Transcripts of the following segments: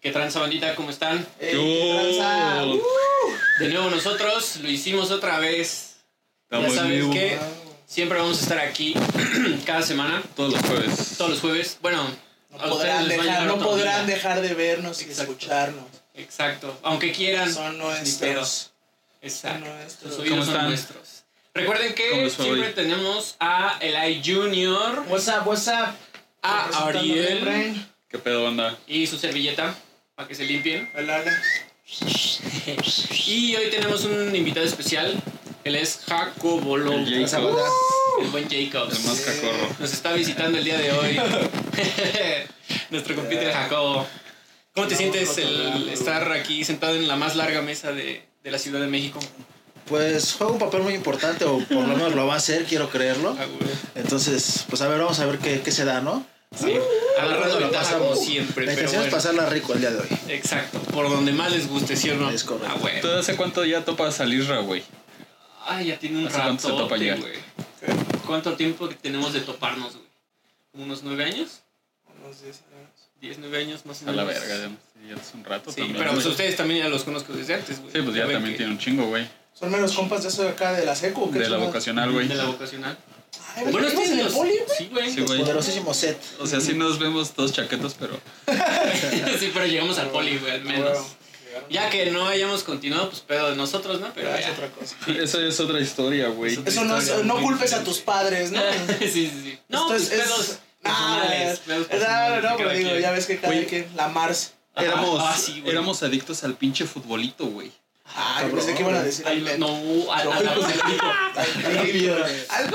¿Qué tranza bandita? ¿Cómo están? Ey, ¿qué Yo. tranza? Uh, De nuevo nosotros, lo hicimos otra vez. Estamos ya sabes en vivo que siempre vamos a estar aquí cada semana, todos los jueves. todos los jueves. Bueno, No a ustedes podrán, les va a dejar, llegar no otro podrán día. dejar de vernos y de Exacto. escucharnos. Exacto, aunque quieran. Son pedo. nuestros. Son Exacto. Los nuestros. oídos ¿Cómo son están? nuestros. Recuerden ¿Cómo que les fue siempre hoy? tenemos a Eli Junior, What's up, what's up? a Representando Ah, Ariel Brain. ¿Qué pedo, banda? y su servilleta para que se limpien. Hola, hola. Y hoy tenemos un invitado especial. Él es Jacobo Lom, El el Jacob. Esa banda. buen Jacobs. El más cacorro. Nos está visitando el día de hoy. Nuestro compite Jacobo. ¿Cómo te No, sientes el cotorreando. estar aquí sentado en la más larga mesa de, de la Ciudad de México? Pues juega un papel muy importante, o por lo menos lo va a hacer, quiero creerlo. Entonces, pues a ver, vamos a ver qué, qué se da, ¿no? Sí. Agarrando Lo ventaja como pasamos. siempre, pero La intención es bueno. pasarla rico el día de hoy. Exacto, por donde más les guste, ¿sí o no? Es correcto. Ah, güey. ¿Tú hace cuánto ya topas al Isra, güey? Ay, ya tiene un ¿Hace cuánto se rato, topa ya? güey. ¿Cuánto tiempo que tenemos de toparnos, güey? ¿Como ¿Unos nueve años? Unos diez años. ¿Diez, nueve años más o A menos? la verga, ya, sí, ya es un rato Sí, también. pero pues güey. ustedes también ya los conozco desde antes, güey. Sí, pues ya ven también que- tiene un chingo, güey. Son menos compas de eso de acá, de la secu. ¿qué De la chingados? vocacional, güey. De la vocacional. Ay, güey, ¿qué ibas en el los- poli, güey? Sí, güey. Sí, güey. Poderosísimo set. O sea, sí nos vemos todos chaquetos, pero Sí, pero llegamos al poli, güey, al menos. Llegaron. Ya que no hayamos continuado, pues pedo de nosotros, ¿no? Pero Ah, Pero es ya. otra cosa. eso ya es otra historia, güey. Eso no, es- no culpes a tus padres, ¿no? sí, sí, sí. No, Esto es- pues es- pedos Ah, personales. pedos No, personales de no, pero cada digo, quien. ya ves que cada Oye. quien, la Mars. Ajá, Éramos, ah, sí, güey. éramos adictos al pinche futbolito, güey. Ay, cabrón, pensé que iban a güey. decir Ay, al Beto. no, al al- al- al- Al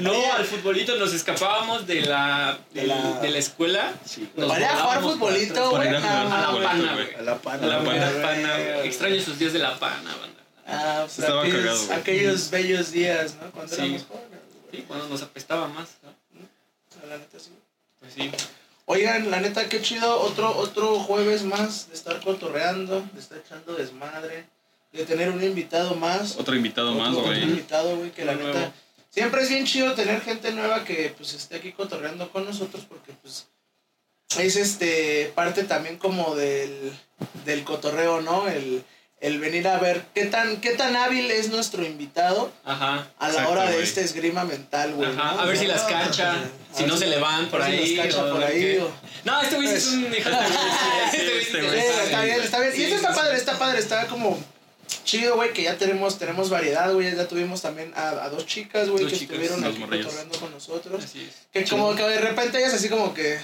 No, al futbolito nos escapábamos de la, De la- de la escuela. Nos Para ir a jugar volábamos para futbolito, atrás. güey. Para ir a jugar no, A la futbolito, pana, güey. güey. A la pana. A la güey. pana. güey. pana, güey. Extraño esos días de la pana, banda. Ah, pues Estaba aquellos, cagado, güey. aquellos bellos días, ¿no? Cuando Sí. éramos jóvenes, güey. Sí, cuando nos apestaba más, ¿no? O sea, la neta, sí. Pues sí. Oigan, la neta, qué chido. Otro, otro jueves más de estar cotorreando, de estar echando desmadre, de tener un invitado más. Otro invitado más, Otro- otro güey. invitado, güey, que la Uno neta. nuevo. Siempre es bien chido tener gente nueva que pues esté aquí cotorreando con nosotros porque pues es este parte también como del, del cotorreo, ¿no? El, el venir a ver qué tan, qué tan hábil es nuestro invitado Ajá. a la Exacto, hora de güey. este esgrima mental, güey. Ajá, ¿no? a ver si las Ah, cacha, a si ver no si- se le van por a ver si ahí. las cacha o por ver ahí, qué. o- No, este güey sí es Pues- un hijo de la chingada. Este güey Este sí güey Sí, te sí, sabe. está bien, está bien. Y Sí, eso está sí, padre, está padre, está como chido, güey, que ya tenemos, tenemos variedad, güey. Ya tuvimos también a, a dos chicas, güey, Dos que chicas, estuvieron dos aquí morrillas. cotorreando con nosotros. Así es. Que como que de repente ellas así como que.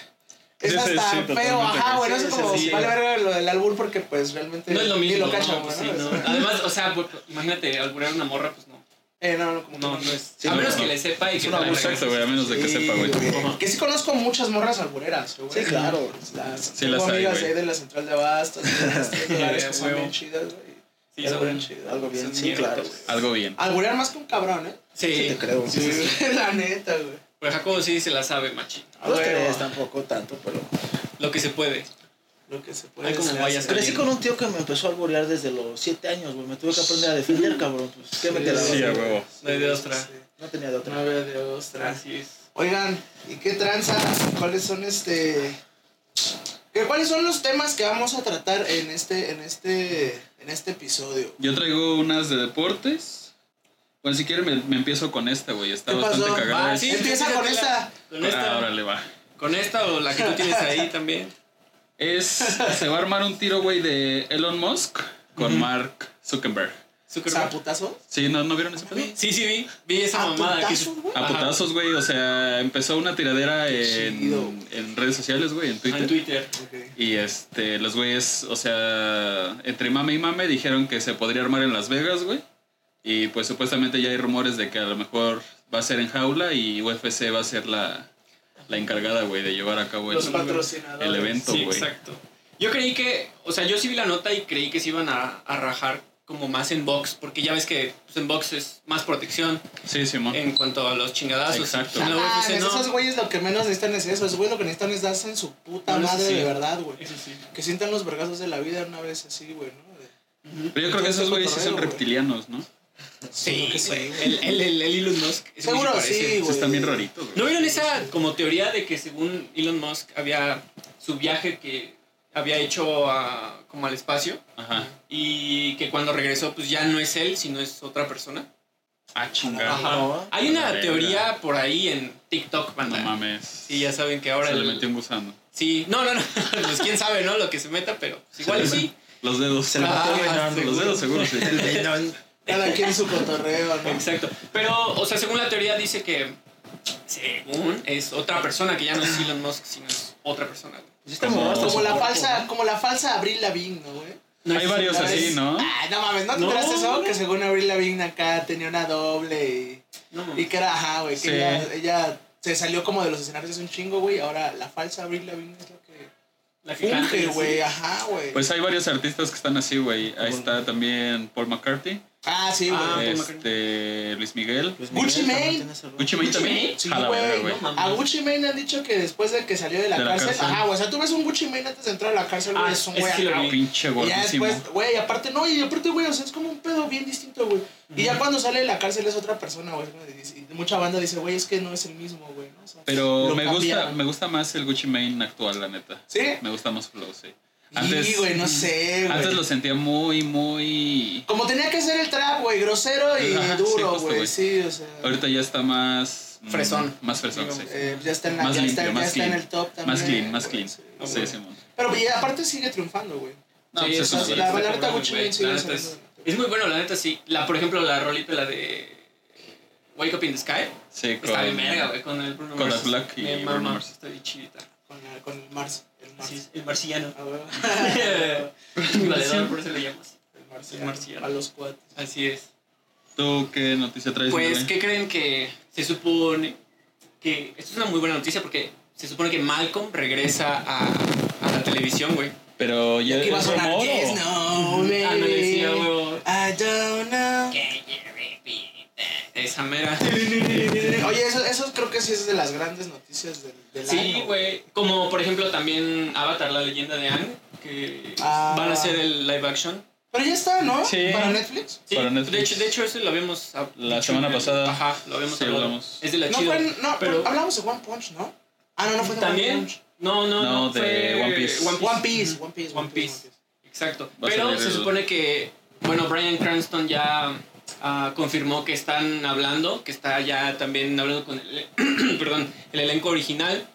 Es Sí, sí, hasta sí, feo, totalmente, ajá, güey. güey. No sé Sí, sí, cómo sí. vale ver lo del albur porque pues realmente No es lo ni mismo. lo cachan, no, güey. pues sí, ¿no? no. Además, o sea, pues, imagínate, alburear una morra, pues no. Eh, no, no, como que No, no es. Sí, a no, menos no. que le sepa y que una te la abuso, regales. Exacto, güey, a menos Pues de que Sí, sepa, güey. güey. Que sí conozco muchas morras albureras, güey. Sí, claro. Las, Sí tengo las hay, amigas güey. ahí de la central de abastos, de estos lugares que son Huevo. bien chidas, güey. Sí, Algo bien son- chido, Algo bien, Son sí, claro. mierdas. Algo bien. Alburear más que un cabrón, ¿eh? Sí, Sí, te creo. la neta, güey. pero Jacobo sí se la sabe, machín. A Los huevo. tres tampoco tanto, pero. Lo que se puede. Lo que se puede Hay como se vallas hace. Crecí con un tío que me empezó a alborear desde los 7 años, güey. Me tuve que aprender a defender, cabrón. Pues, ¿qué me Sí, quedaba? Sí, a huevo. No hay de otra. Sí, sí. No tenía de otra. No había de ostras. Así es. Oigan, ¿y qué tranza? ¿Cuáles son este...? ¿Qué- ¿Cuáles son los temas que vamos a tratar en este, en este, en este episodio? Yo traigo unas de deportes. Bueno, si quieren me, me empiezo con esta, güey. Está ¿Qué pasó? bastante cagada. Va, esta. Ah, sí, Empieza con esta. Con esta, Ah, órale, va. con esta o la que tú tienes ahí también. Es, se va a armar un tiro, güey, de Elon Musk con Mark Zuckerberg. Zuckerberg. ¿Zaputazos? ¿Sí, ¿no, ¿no vieron ese pedo? Sí, sí, vi. Vi esa ¿A mamada. que- putazos, güey? A Ajá. putazos, güey. O sea, empezó una tiradera chido. en, en redes sociales, güey, en Ah, En Twitter. Twitter. Ok. Y este, los güeyes, o sea, entre mame y mame dijeron que se podría armar en Las Vegas, güey. Y pues supuestamente ya hay rumores de que a lo mejor va a ser en jaula y UFC va a ser la, la encargada, güey, de llevar a cabo el, Los patrocinadores. el evento, Sí, güey. exacto. Yo creí que, o sea, yo sí vi la nota y creí que se iban a, a rajar como más en box, porque ya ves que pues, en box es más protección sí, Simón. en cuanto a los chingadazos. Exacto. En la Ah, UFC en pues, no. esos güeyes lo que menos necesitan es eso. Esos güeyes lo que necesitan es darse en su puta No, eso madre sí. de verdad, güey. Eso sí. Que sientan los vergazos de la vida una vez así, güey, ¿no? De- Pero yo creo que esos güeyes sí son Cotorreo, güey. reptilianos, ¿no? Sí, Creo que sí, güey. güey. El, el, el, el Elon Musk. ese güey Seguro parece. sí, Sí, güey. están bien raritos, güey. ¿No vieron esa como teoría de que según Elon Musk había su viaje que había hecho a- como al espacio Ajá. y que cuando regresó pues ya no es él, sino es otra persona. Ah, Ajá. chingada. No. Hay una Verga. teoría por ahí en TikTok, No banda. mames. Sí, ya saben que ahora... Se el- le metió un gusano. Sí, no, no, no. pues quién sabe, ¿no? Lo que se meta, pero pues, igual le y sí. Los dedos. Se le metió el Ah, venón. Los dedos seguro sí. El venón. Cada quien su cotorreo, ¿no? Exacto. Pero, o sea, según la teoría dice que... Según es otra persona, que ya no es Elon Musk, sino es otra persona. güey. Sí está Como- morro hasta Como su la cuerpo, falsa, ¿no? como la falsa Abril Lavigne, ¿no, güey? No Hay es- varios no es- así, ¿no? Ah, no mames, ¿no te No, enteraste eso? güey. Que según Abril Lavigne acá tenía una doble y, No, y que era, ajá, güey, que Sí. ella, ella se salió como de los escenarios hace un chingo, güey, y ahora la falsa Abril Lavigne es lo que la que canta y funge, así. güey, ajá, güey. Pues hay varios artistas que están así, güey. Ahí está también Paul McCartney, ah, sí, güey. Ah, Paul este Luis Miguel, Luis Pues, Gucci Miguel Mane. también tiene ese rollo. Gucci Mane también. Sí, A la güey, verga, güey. no mames. A Gucci Mane han dicho que después de que salió de la, De la cárcel, cárcel. Ajá, güey. O sea, tú ves un Gucci Mane antes de entrar a la cárcel, güey. Ah, es un ese güey sí lo acá, vi. güey. Pinche Y ya gordísimo. después, güey, aparte, no, y aparte, güey, o sea, es como un pedo bien distinto, güey. Y ya cuando sale de la cárcel es otra persona, güey. ¿no? Y- y mucha banda dice, güey, es que no es el mismo, güey, ¿no? O sea, Pero lo me gusta, cambiaron. me gusta más el Gucci Mane actual, la neta. ¿Sí? Me gusta más Flow, sí. sí, güey, no sé, güey. Antes lo sentía muy, muy. Como tenía que ser el trap, güey, grosero y Ajá, sí, duro, justo, güey. güey. Sí, o sea. Ahorita ya está más. mm, Fresón. Más fresón, sí. Digamos, eh, ya está en, la- Más ya limpio, está, ya más está en clean. el top también. Más clean, más güey, clean. sí. Sí, Simón. Pero y aparte sigue triunfando, güey. No, Sí, pues eso eso sí, es la- está la neta cabrón, Gucci güey. Mane sí La es- neta es, es muy bueno, la neta sí. La, por ejemplo, la rolita, la de Wake Up in the Sky, Sí, con. está bien verga, güey, con el Bruno con Mars. Red Black y Me Bruno mama, Mars. Está bien chidita. Con, la- con el Mars. El Mars. Así es, el marciano. Ah, güey. Valedor, por eso le llamas. El marciano. El marciano. A los cuates. Así es. ¿Tú qué noticia traes? Pues, Miguel? ¿qué creen que se supone que... Esto es una muy buena noticia porque se supone que Malcolm regresa a, a la televisión, güey. Pero ya Aquí va a es sonar rumor. Yes, o- no, Ah, no decía, baby. güey. I don't know. Esa mera. Oye, eso, eso creo que sí es de las grandes noticias del, del año. Sí, güey. Como por ejemplo también Avatar, la leyenda de Anne, que Ah. van a hacer el live action. Pero ya está, ¿no? Sí. Para Netflix. Sí, Para Netflix. de hecho, de hecho eso lo habíamos hab- La dicho semana en el- pasada. Ajá, lo habíamos Sí, hablado. hablamos. Es de la No, chida. fue, no pero hablamos de One Punch, ¿no? Ah, no, no fue de One también Punch. no, no, no, No, de fue One Piece. One Piece, One Piece, One Piece. Exacto. Va a Pero salir se el- supone que bueno, Brian Cranston ya ah, confirmó que están hablando, que está ya también hablando con el, perdón, el elenco original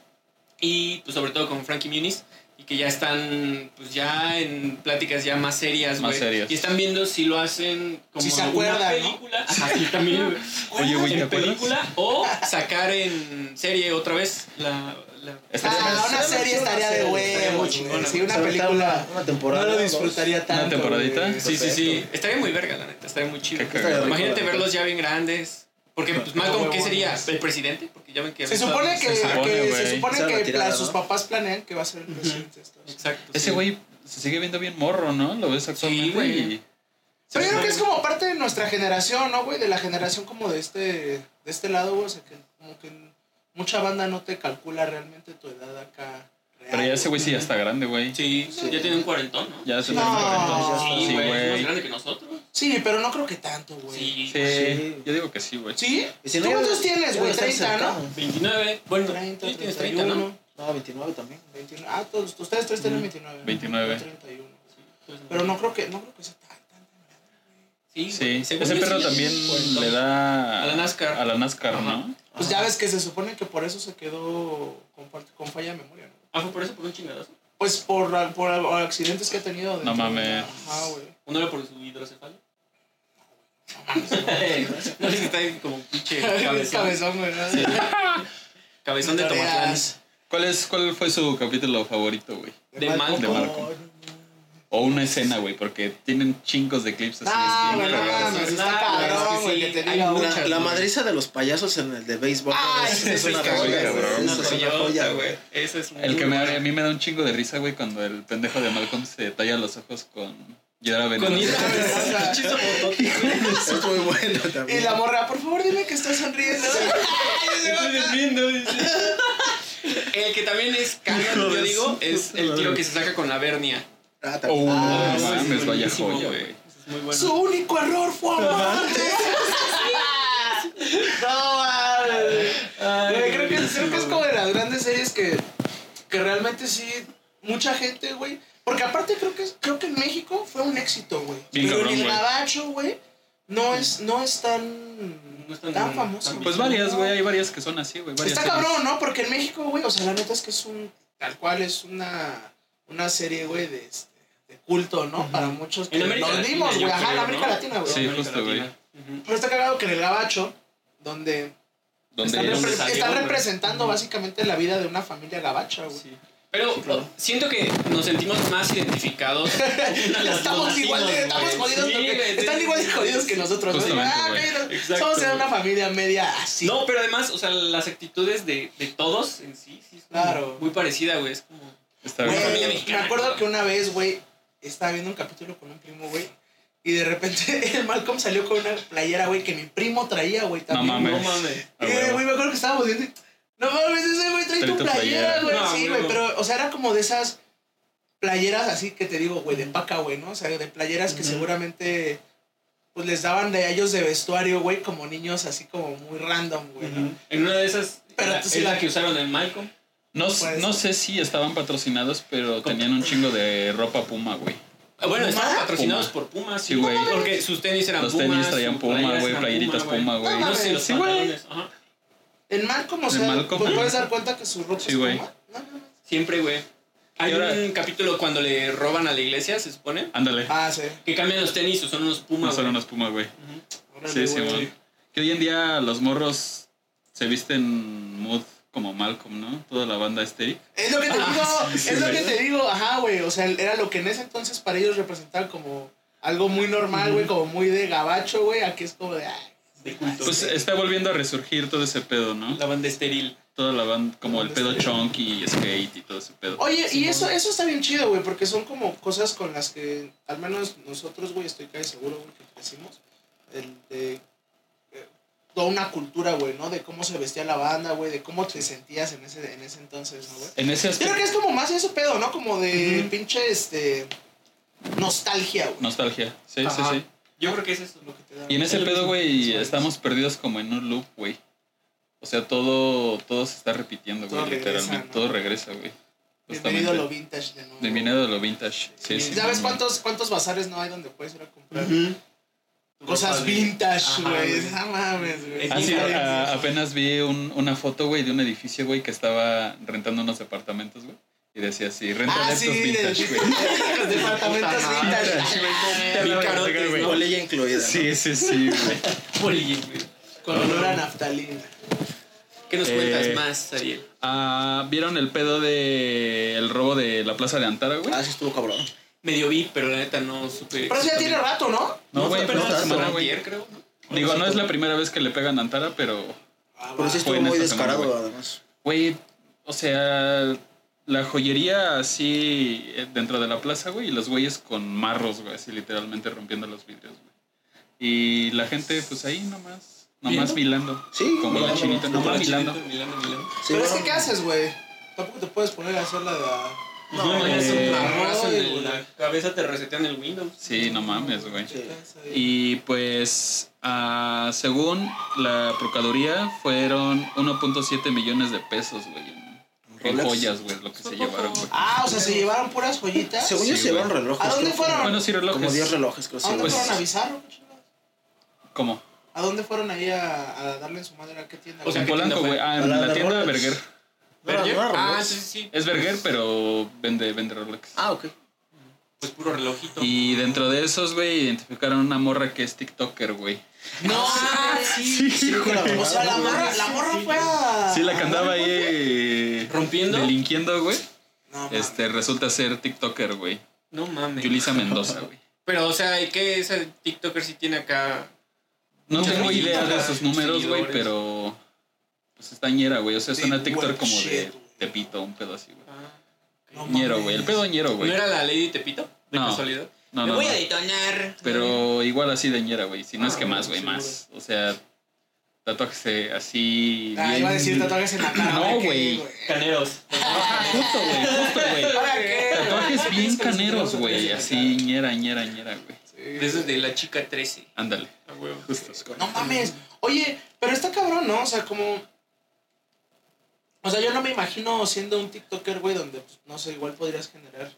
y pues sobre todo con Frankie Muniz y que ya están pues ya en pláticas ya más serias, Más güey. serias. Y están viendo si lo hacen como Si se una acuerdan, ¿no? película, Ajá, sí, también güey. Oye, güey, ¿te en acuerdas? película o sacar en serie otra vez la, la- Estaría Ah, bien. una serie estaría de Estaría muy huevo. chingona, Sí, O una sea, ahorita película. Una, una temporada. no lo dos. disfrutaría tanto. temporadita? güey. Sí, sí, sí. Estaría muy verga, la neta. Estaría muy chido. Qué cagado. Imagínate Rico, la verlos ya bien grandes. Porque, pues, Malcolm, ¿qué sería? ¿El presidente? Porque ya ven que... Se supone que, que- se supone, supone, que, güey. la- Esa retirada, sus ¿no? papás planean que va a ser el presidente. de Estados Unidos. Exacto. Pues Ese sí. güey se sigue viendo bien morro, ¿no? Lo ves actualmente. güey. y- Pero yo creo Sí. que es como parte de nuestra generación, ¿no, güey? De la generación como de este, de este lado, güey. O sea, que como que mucha banda no te calcula realmente tu edad acá. real, Pero ya ese güey sí ya está grande, güey. Sí, Sí. ya tiene un cuarentón, ¿no? Ya se No. está Sí, Sí, güey. es más güey. grande que nosotros. Sí, pero no creo que tanto, güey. Sí. Sí, yo digo que sí, güey. ¿Sí? Y si no, ¿Tú ya- cuántos tienes, ya güey? va a estar 30, ¿no? cercano. 29. Bueno, 30, sí tienes 30, ¿no? 31, No, 29 también. 29. Ah, todos, ustedes tres tienen 29. ¿no? 29. Yo 31. Pero no creo que, no creo que sea tan, tan, tan grande. Sí, Sí, güey. Según ese yo, perro sí, también cuarentón. le da A la NASCAR. a la NASCAR, Ajá. ¿no? Pues Ajá. ya ves que se supone que por eso se quedó con, parte- con falla de memoria, ¿no? Ah, fue por eso, por un chingadazo. Pues por, por accidentes que ha tenido. dentro de- mames. Ajá, güey. Uno era por su hidrocefalia. No no, es que está ahí como un pinche mames, cabezón. Cabezón, güey. ¿no? Cabezón de Tomatlán. ¿Cuál, es, ¿Cuál fue su capítulo favorito, güey? De Malcolm. De Malcolm. O una escena, güey, porque tienen chingos de clips así. Ah, es bien güey, no cagado. mames, está Nah, cabrón, es que güey, sí, que te hay diga, muchas, La, la güey. madriza de los payasos en el de béisbol. Ah, es, ese es sí una está joya, bueno, güey. güey. Esa Es una joya, güey. Esa es muy El que me, buena. a mí me da un chingo de risa, güey, cuando el pendejo de Malcolm se talla los ojos con Yara Con Veneno. ira, güey. Pinche soportote, güey. Es muy bueno Y también. la morra, por favor, dime que estás sonriendo. El que también es canon, Hijo yo de digo, su es puta el tío madre. que se saca con la vernia. Ah, Oh, también. Ah, no sí, mames, vaya buenísimo, joya, güey. güey. Es muy bueno. Su único error fue amarte. no mames. Ay, Güey, creo, que, buenísimo, creo que es como de las grandes series que, que realmente sí, mucha gente, güey. Porque aparte creo que, creo que en México fue un éxito, güey. Bien Pero cabrón, en el güey. Gabacho, güey, no es, no es tan, No es tan- tan, famoso. tan- güey. Pues varias, güey, hay varias que son así, güey. varias Está series. cabrón, ¿no? Porque en México, güey, o sea, la neta es que es un, tal cual, es una, una serie, güey, de, este, de culto, ¿no? Para muchos que En América nos Latina, dimos, yo güey, ajá, en creo, América ¿no? Latina, güey. Sí, América justo, güey. Latina. Ujú. Pero está cagado que en el gabacho, donde, Donde están, era eran- donde repre- salió, están güey. representando básicamente la vida de una familia gabacha, güey. Sí. Pero Sí, claro. siento que nos sentimos más identificados. Estamos igual de, estamos jodidos, Sí, ¿no? güey, sí, están sí, igual de sí, jodidos sí, que sí. nosotros, ¿no? Justamente, Ah, güey. mira, Exacto, somos de una güey. familia media así. No, pero además, o sea, las actitudes de, de todos en sí, sí es como Claro. muy parecida, güey. Es como. Está Güey, Una bien. familia me mexicana. acuerdo que una vez, güey, estaba viendo un capítulo con un primo, güey. Y de repente el Malcolm salió con una playera, güey, que mi primo traía, güey, No también. mames. No mames. A Y, huevo. Eh, güey, me acuerdo que estábamos viendo. y, No mames, ese güey trae Trae tu tu playera, playera". güey. No, sí, huevo. güey, pero, o sea, era como de esas playeras así que te digo, güey, de paca, güey, ¿no? O sea, de playeras que Ujú. seguramente pues les daban de a ellos de vestuario, güey, como niños así como muy random, güey. ¿no? Ujú. En una de esas. Pero la- tú sí es la la- que usaron en Malcolm. No, s- Pues- no sé si estaban patrocinados, pero tenían un chingo de ropa puma, güey. Ah, Bueno, ¿Puma? estaban patrocinados Puma. por Pumas. Sí, güey. Porque sus tenis eran Los Pumas. tenis traían sus puma, playeras güey, eran playeritas puma, No güey. No sé, los Sí, güey. pantalones. Ajá. En Malcolm, o En sea, Malcolm, pues ajá. puedes dar cuenta que su ropa Sí, es güey. como- No, no, no. Siempre, güey. Hay Y ahora- un capítulo cuando le roban a la iglesia, se supone. Ándale, Ah, sí. Que cambian los tenis o son unos no pumas. son unas puma, güey. Órale, Sí, güey. sí, güey. Que hoy en día los morros se visten mood como Malcolm, ¿no? Toda la banda estéril. Es lo que te Ah, digo, sí, sí, es lo que ¿verdad? te digo, ajá, güey. O sea, era lo que en ese entonces para ellos representaba como algo muy normal, güey, como muy de gabacho, güey. Aquí es como de. ay, De culto. Pues eh, está volviendo a resurgir todo ese pedo, ¿no? la banda estéril. Toda la banda, como el pedo Estéril. chunky y skate y todo ese pedo. Oye, y Simón. eso, eso está bien chido, güey, porque son como cosas con las que, al menos nosotros, güey, estoy casi seguro, güey, que crecimos. El de. eh, Toda una cultura, güey, ¿no? De cómo se vestía la banda, güey, de cómo te sentías en ese, en ese entonces, ¿no, güey? En ese Creo aspecto, que es como más eso pedo, ¿no? Como de Ujú. pinche, este... Nostalgia, güey. nostalgia. Sí, sí, Ajá. sí. Yo creo que es eso lo que te da. Y en ese Es lo pedo, mismo. güey, Eso es. estamos perdidos como en un loop, güey. O sea, todo, todo se está repitiendo, Todo güey, regresa, literalmente. ¿no? Todo regresa, güey. Bienvenido a lo Justamente. vintage de nuevo. Bienvenido a lo vintage. Sí, sí. ¿Sabes no, cuántos, cuántos bazares no hay donde puedes ir a comprar? Ujú. Cosas Ropa de- vintage, Ajá, güey. No mames, güey. Es Ah, sí, Vintage. a- apenas vi un- una foto, güey, de un edificio, güey, que estaba rentando unos departamentos, güey. Y decía así, renta Ah, de sí, estos vintage, de- güey. los departamentos Puta madre. vintage. Te lo voy a Carotes, sacar, güey. ¿no? Polilla incluida. ¿no? Sí, sí, sí, güey. Poli, güey. Con olor a naftalina. ¿Qué nos cuentas Eh, más, Ariel? Ah, ¿Vieron el pedo de el robo de la plaza de Antara, güey? Ah, sí estuvo cabrón. Medio vi, pero la neta no supe. Pero eso ya tiene rato, ¿no? No, güey, fue fue apenas esta la semana, güey. antier, creo. ¿no? Digo, no es la primera vez que le pegan a Antara, pero Pero sí estuvo Fue en muy esta semana, descarado, güey. además. Güey, o sea, la joyería así eh, dentro de la plaza, güey, y los güeyes con marros, güey, así literalmente rompiendo los vidrios, güey. Y la gente, pues ahí nomás, nomás vilando. Sí, Como la no, chinita, no, nomás Como la vilando. chinita, Milano, Milano. Sí, Pero es que, bueno, ¿qué haces, güey? Tampoco te puedes poner a hacer la de... la- No, No, ya es un eh, marrazo en güey. el- la cabeza te resetean el Windows. Sí, no mames, güey. Sí. Y pues, ah, según la Procuraduría, fueron 1.7 millones de pesos, güey, en, en Rolex. joyas, güey, lo que se llevaron, güey. Ah, o sea, se llevaron puras joyitas. Según yo Sí, se güey. llevaron relojes. ¿A dónde creo, fueron? Bueno, sí, Como, como relojes. 10 relojes, creo que ¿A sí, dónde güey. pues- fueron a avisar? qué chingados? ¿Cómo? ¿A dónde fueron ahí a, a darle en su madre a qué tienda? O sea, En ¿qué tienda Polanco, fue? güey. Ah, A en la la de tienda Rolex. Berger. No era- ¿Berger? no era Ah, Rolex. sí, sí. Es Berger, pero vende, vende Rolex. Ah, ok. Pues puro relojito. Y dentro de esos, güey, identificaron una morra que es TikToker, güey. no, Ah, sí. Sí, claro. o sea, la morra, la morra fue a. Sí, la que andaba ahí eh, ¿Rompiendo? delinquiendo, güey. No, mames. Este, resulta ser TikToker, güey. No mames. Yulisa Mendoza, güey. Pero, o sea, ¿y qué ese TikToker sí tiene acá? No Muchas tengo visitas, idea de sus números, güey, seguidores. pero. Pues está ñera, güey. O sea, es una Big TikToker white como de shit, güey. Tepito, un pedo así, güey. No ñero, mames. güey. El pedo ñero, Ah, ¿No güey. era la Lady Tepito? De No. casualidad. No, Me no, voy no. a detonar. Pero igual así de ñera, güey. Si no Ah, es que más, güey, seguro. más. O sea, tatuajes eh, así. Ah, iba a decir bien- tatuajes en la cara. No, ¿para qué, güey. Caneros. Ajá, justo, güey, justo, güey. ¿Para qué? güey? Tatuajes bien Ah, Es que los caneros, tatuajes en güey. la Así, ñera, ñera, ñera, güey. cara. De esos de la chica Pues 13. Ándale. A Ah, huevo. Justo. No mames. Oye, pero está cabrón, ¿no? O sea, como. O sea, yo no me imagino siendo un TikToker, güey, donde, pues, no sé, igual podrías generar.